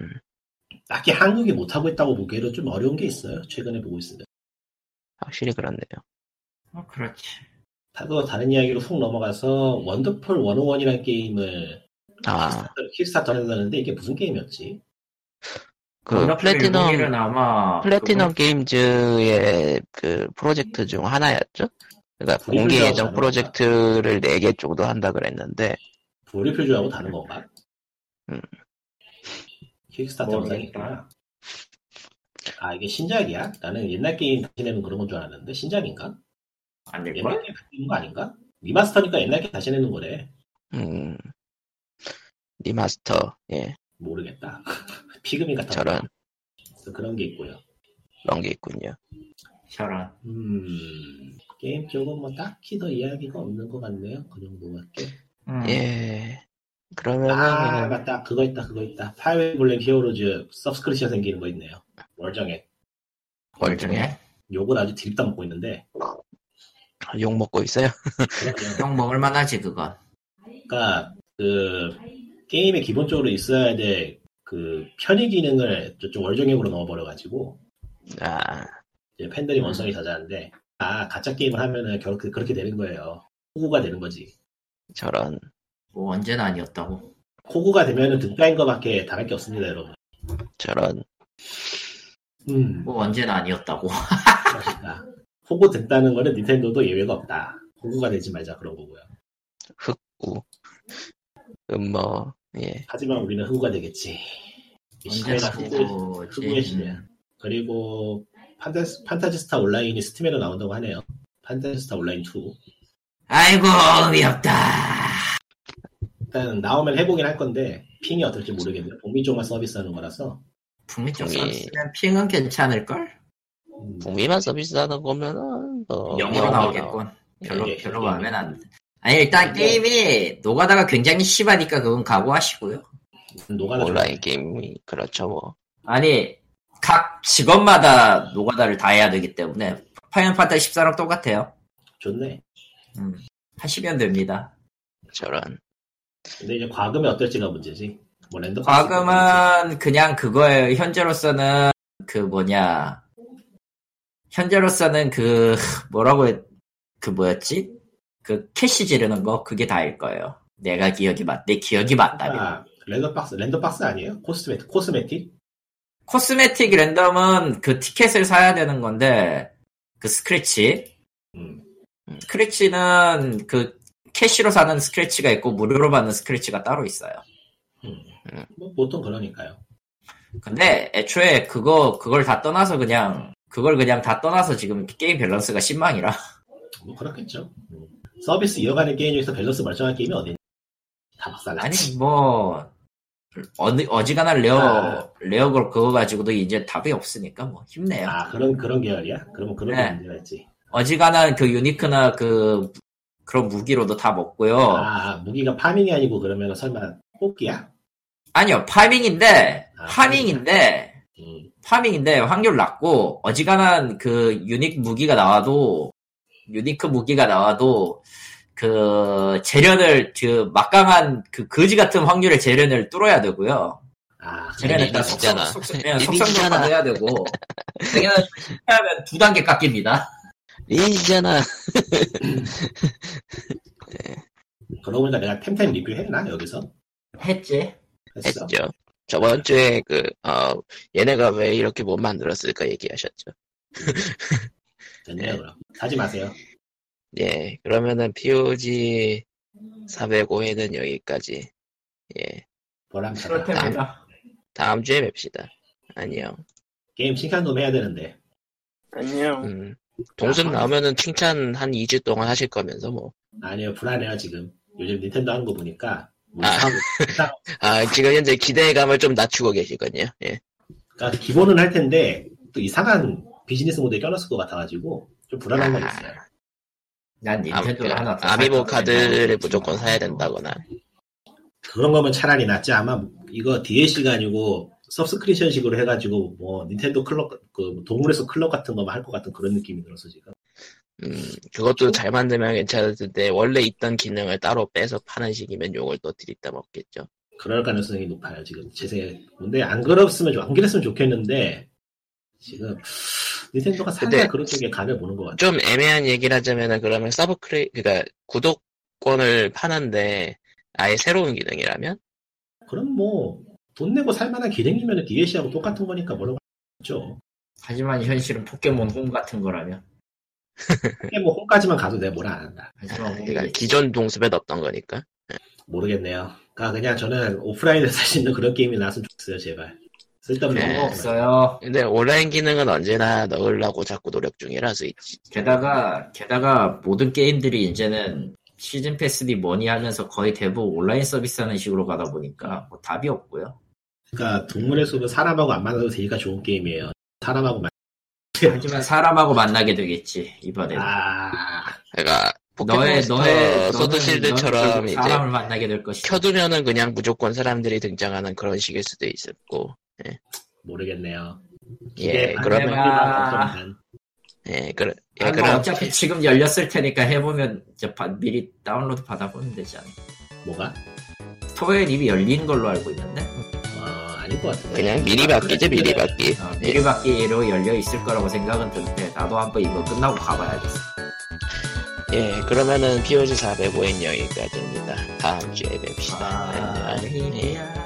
[SPEAKER 4] 딱히 한국이 못하고 있다고 보기에는 좀 어려운 게 있어요 최근에 보고 있으면
[SPEAKER 1] 확실히 그렇네요.
[SPEAKER 2] 어, 그렇지
[SPEAKER 4] 또 다른 이야기로 훅 넘어가서 원더풀 101이라는 게임을
[SPEAKER 1] 아,
[SPEAKER 4] 킥스타터를 했는데 이게 무슨 게임이었지?
[SPEAKER 1] 그 플래티넘,
[SPEAKER 2] 은 아마
[SPEAKER 1] 플래티넘
[SPEAKER 2] 그분-
[SPEAKER 1] 게임즈의 그 프로젝트 중 하나였죠? 그러니까
[SPEAKER 2] 아,
[SPEAKER 4] 브리블리하고
[SPEAKER 1] 공개 예정
[SPEAKER 4] 다른
[SPEAKER 1] 프로젝트를 4개 정도 한다 그랬는데,
[SPEAKER 4] 보리표주하고 다른 건가?
[SPEAKER 1] 음.
[SPEAKER 4] 킥스타터
[SPEAKER 2] 모르겠다.
[SPEAKER 4] 영상이구나. 아 이게 신작이야? 나는 옛날 게임 다시 내면 그런 건 줄 알았는데 신작인가? 옛날
[SPEAKER 2] 아닐걸?
[SPEAKER 4] 게임 다시 내는 거 아닌가? 리마스터니까 옛날 게임 다시 내는 거래.
[SPEAKER 1] 음, 리마스터, 예,
[SPEAKER 4] 모르겠다. 피그민 같은
[SPEAKER 1] 저런,
[SPEAKER 4] 거. 그런 게 있고요.
[SPEAKER 1] 그런 게 있군요.
[SPEAKER 2] 저런
[SPEAKER 4] 음, 게임 쪽은 뭐 딱히 더 이야기가 없는 것 같네요. 그 정도밖에.
[SPEAKER 2] 음.
[SPEAKER 1] 예,
[SPEAKER 4] 아
[SPEAKER 1] 그러면은,
[SPEAKER 4] 맞다 그거 있다 그거 있다 파이어 블렘 히어로즈 서브스크리션 생기는 거 있네요. 월정액.
[SPEAKER 1] 뭘 중에
[SPEAKER 4] 욕을 아주 드립다 먹고 있는데
[SPEAKER 1] 욕 먹고 있어요?
[SPEAKER 4] 그러니까
[SPEAKER 2] 형 먹을 만하지 그건
[SPEAKER 4] 그 게임에 기본적으로 있어야 될 그 편의 기능을 저쪽 월정액으로 넣어버려가지고
[SPEAKER 1] 아,
[SPEAKER 4] 이제 팬들이 원성이 자자한데 아 가짜 게임을 하면은 그렇게 그렇게 되는 거예요. 호구가 되는 거지.
[SPEAKER 1] 저런,
[SPEAKER 2] 뭐 언제나 아니었다고
[SPEAKER 4] 호구가 되면은 등가인 거밖에 다를 게 없습니다, 여러분.
[SPEAKER 1] 저런,
[SPEAKER 4] 음,
[SPEAKER 2] 뭐 언제나 아니었다고
[SPEAKER 4] 그러니까 호구 된다는 거는 닌텐도도 예외가 없다. 호구가 되지 말자 그런 거고요.
[SPEAKER 1] 흑우, 음모, 예,
[SPEAKER 4] 하지만 우리는 흑우가 되겠지. 이
[SPEAKER 2] 언제나
[SPEAKER 4] 시대가 흑우- 흑우의
[SPEAKER 2] 그거지
[SPEAKER 4] 시대야. 그리고 판타지, 판타지스타 온라인이 스팀에도 나온다고 하네요. 판타지스타 온라인 2.
[SPEAKER 2] 아이고 의미없다
[SPEAKER 4] 일단 나오면 해보긴 할 건데 핑이 어떨지 모르겠네요. 북미 쪽만 서비스하는 거라서
[SPEAKER 2] 북미 쪽
[SPEAKER 1] 북미.
[SPEAKER 2] 서비스면 핑은 괜찮을걸?
[SPEAKER 4] 음,
[SPEAKER 1] 북미만 서비스 하는 거면은, 뭐,
[SPEAKER 2] 영어로
[SPEAKER 4] 영어로
[SPEAKER 2] 나오겠군 별로
[SPEAKER 4] 예,
[SPEAKER 2] 별로
[SPEAKER 4] 예.
[SPEAKER 2] 마음에 안 드- 아니 일단
[SPEAKER 4] 예.
[SPEAKER 2] 게임이 노가다가 굉장히 심하니까 그건 각오하시고요
[SPEAKER 4] 노가다
[SPEAKER 1] 온라인
[SPEAKER 4] 좋아해.
[SPEAKER 1] 게임이, 그렇죠, 뭐.
[SPEAKER 2] 아니 각 직업마다 노가다를 다 해야 되기 때문에 파이널 판타지 14랑 똑같아요.
[SPEAKER 4] 좋네.
[SPEAKER 2] 음, 하시면 됩니다.
[SPEAKER 1] 저런
[SPEAKER 4] 근데 이제 과금이 어떨지가 문제지. 뭐 랜덤
[SPEAKER 2] 과금은 그냥 그거예요. 현재로서는 그 뭐냐 현재로서는 그 뭐라고 해- 그 뭐였지 그 캐시 지르는 거 그게 다일 거예요. 내가 기억이 맞내 기억이 맞다면
[SPEAKER 4] 아, 랜덤 박스 랜덤 박스 아니에요? 코스메틱 코스메틱?
[SPEAKER 2] 코스메틱 랜덤은 그 티켓을 사야 되는 건데 그 스크래치
[SPEAKER 4] 음.
[SPEAKER 2] 스크래치는 그 캐시로 사는 스크래치가 있고 무료로 받는 스크래치가 따로 있어요.
[SPEAKER 4] 뭐 보통 그러니까요.
[SPEAKER 2] 근데 애초에 그거 그걸 다 떠나서 그냥 그걸 그냥 다 떠나서 지금 게임 밸런스가 신망이라
[SPEAKER 4] 뭐 그렇겠죠. 음. 서비스 이어가는 게임 중에서 밸런스 멀쩡한 게임이 어디? 다
[SPEAKER 2] 아니
[SPEAKER 4] 박살났지.
[SPEAKER 2] 뭐 어느 어지간한 레어
[SPEAKER 4] 아.
[SPEAKER 2] 레어 걸 그거 가지고도 이제 답이 없으니까 뭐 힘내요.
[SPEAKER 4] 아 그런 그런 계열이야? 그러면 그런
[SPEAKER 2] 네.
[SPEAKER 4] 게 문제였지.
[SPEAKER 2] 어지간한 그 유니크나 그 그런 무기로도 다 먹고요.
[SPEAKER 4] 아 무기가 파밍이 아니고 그러면 설마 뽑기야?
[SPEAKER 2] 아니요 파밍인데
[SPEAKER 4] 아,
[SPEAKER 2] 파밍인데
[SPEAKER 4] 음.
[SPEAKER 2] 파밍인데 확률 낮고 어지간한 그 유닉 무기가 나와도 유니크 무기가 나와도 그 재련을 그 막강한 그 거지 같은 확률의 재련을 뚫어야 되고요.
[SPEAKER 4] 아
[SPEAKER 2] 재련에
[SPEAKER 1] 재련이
[SPEAKER 2] 따라
[SPEAKER 1] 있잖아.
[SPEAKER 2] 속성 속성 예,
[SPEAKER 1] 재련이
[SPEAKER 2] 속성
[SPEAKER 1] 있잖아.
[SPEAKER 2] 조건도 해야 되고 재련을 실패하면 두 단계 깎입니다.
[SPEAKER 1] 리니지잖아.
[SPEAKER 4] 그러고 보니까 내가 템템 리뷰했나 여기서?
[SPEAKER 2] 했지.
[SPEAKER 4] 했어.
[SPEAKER 1] 했죠. 저번 주에 그, 어, 얘네가 왜 이렇게 못 만들었을까 얘기하셨죠.
[SPEAKER 4] 됐네요 그럼. 사지 마세요.
[SPEAKER 1] 예, 그러면은 POG 405회는 여기까지. 예,
[SPEAKER 4] 보람차다.
[SPEAKER 2] 그렇답니다.
[SPEAKER 1] 다음 주에 뵙시다. 안녕.
[SPEAKER 4] 게임 칭찬 좀 해야 되는데.
[SPEAKER 3] 아니요.
[SPEAKER 1] 음,
[SPEAKER 2] 아,
[SPEAKER 1] 동숲 나오면은 칭찬 한 2주 동안 하실 거면서 뭐.
[SPEAKER 4] 아니요 불안해요 지금. 요즘 닌텐도 하는 거 보니까 뭐
[SPEAKER 1] 아.
[SPEAKER 4] 이상하고
[SPEAKER 1] 아, 지금 현재 기대감을 좀 낮추고 계시군요. 예.
[SPEAKER 4] 그러니까 기본은 할 텐데 또 이상한 비즈니스 모델 껴놨을 것 같아가지고 좀 불안한 건
[SPEAKER 1] 아.
[SPEAKER 4] 있어요.
[SPEAKER 2] 난 닌텐도를
[SPEAKER 1] 아,
[SPEAKER 2] 하나 더
[SPEAKER 1] 아미보
[SPEAKER 2] 살까 생각하고
[SPEAKER 1] 카드를
[SPEAKER 2] 있지만.
[SPEAKER 1] 무조건 사야 된다거나.
[SPEAKER 4] 그런 거면 차라리 낫지 아마 이거 DLC가 아니고 서브스크리션식으로 해가지고 뭐 닌텐도 클럽 그 동물에서 클럽 같은 거만 할 것 같은 그런 느낌이 들어서 지금
[SPEAKER 1] 음, 그것도 잘 만들면 괜찮을 텐데, 원래 있던 기능을 따로 빼서 파는 식이면 욕을 또 들이다 먹겠죠.
[SPEAKER 4] 그럴 가능성이 높아요 지금 제 생각인데 안 그랬으면 좋- 안 그랬으면 좋겠는데 지금 닌텐도가 살짝
[SPEAKER 1] 근데-
[SPEAKER 4] 그런 쪽에 간을 보는 것 같아.
[SPEAKER 1] 좀 애매한 얘기를 하자면은, 그러면 서브크리, 그니까, 구독권을 파는데, 아예 새로운 기능이라면?
[SPEAKER 4] 그럼 뭐 돈 내고 살만한 기능이면 DLC하고 똑같은 거니까 뭐라고 하죠.
[SPEAKER 2] 하지만 현실은 포켓몬 홈 같은 거라면.
[SPEAKER 4] 이게 뭐 홈까지만 가도 내 뭐라 안 한다.
[SPEAKER 2] 하지만
[SPEAKER 1] 그니까,
[SPEAKER 2] 홈이겠지.
[SPEAKER 1] 그러니까 기존 동숲에 넣었던 거니까.
[SPEAKER 4] 모르겠네요. 그러니까 그냥 저는 오프라인에서 할 수 있는 그런 게임이 나왔으면 좋겠어요 제발. 쓸데없는
[SPEAKER 1] 네.
[SPEAKER 4] 거
[SPEAKER 2] 뭐 없어요.
[SPEAKER 1] 근데 온라인 기능은 언제나 넣으려고 자꾸 노력 중이라 스위치.
[SPEAKER 2] 게다가 게다가 모든 게임들이 이제는 시즌 패스니 뭐니 하면서 거의 대부분 온라인 서비스하는 식으로 가다 보니까 뭐 답이 없고요.
[SPEAKER 4] 그러니까 동물의 숲은 사람하고 안 만나도 되니까 좋은 게임이에요. 사람하고 만.
[SPEAKER 2] 하지만 사람하고 만나게 되겠지 이번에. 는
[SPEAKER 4] 아
[SPEAKER 1] 그러니까,
[SPEAKER 2] 너의 너의
[SPEAKER 1] 포켓몬스터
[SPEAKER 2] 너는-
[SPEAKER 1] 소드실드처럼
[SPEAKER 2] 너는
[SPEAKER 1] 이제
[SPEAKER 2] 사람을 만나게 될 것이다.
[SPEAKER 1] 켜두면은 그냥 무조건 사람들이 등장하는 그런 식일 수도 있었고.
[SPEAKER 4] 모르겠네요.
[SPEAKER 1] 예,
[SPEAKER 4] 기대 반,
[SPEAKER 1] 그러면-
[SPEAKER 4] 기대 반, 걱정 반.
[SPEAKER 1] 예, 그래. 예,
[SPEAKER 2] 아, 뭐
[SPEAKER 1] 그럼
[SPEAKER 2] 어차피 지금 열렸을 테니까 해보면 이제 바- 미리 다운로드 받아보면 되지 않을까.
[SPEAKER 4] 뭐가?
[SPEAKER 2] 토요일 이미 열린 걸로 알고 있는데
[SPEAKER 4] 어, 아닐 것 같은데.
[SPEAKER 1] 그냥 미리 바뀌지 미리 바뀌.
[SPEAKER 2] 어, 미리 받기로 열려 있을 거라고 생각은 드는데 나도 한번 이거 끝나고 가봐야겠어.
[SPEAKER 1] 예, 그러면은 POG 405엔 여기까지입니다. 다음 주에 뵙시다.
[SPEAKER 2] 아,
[SPEAKER 1] 안녕. 예.
[SPEAKER 2] 이야.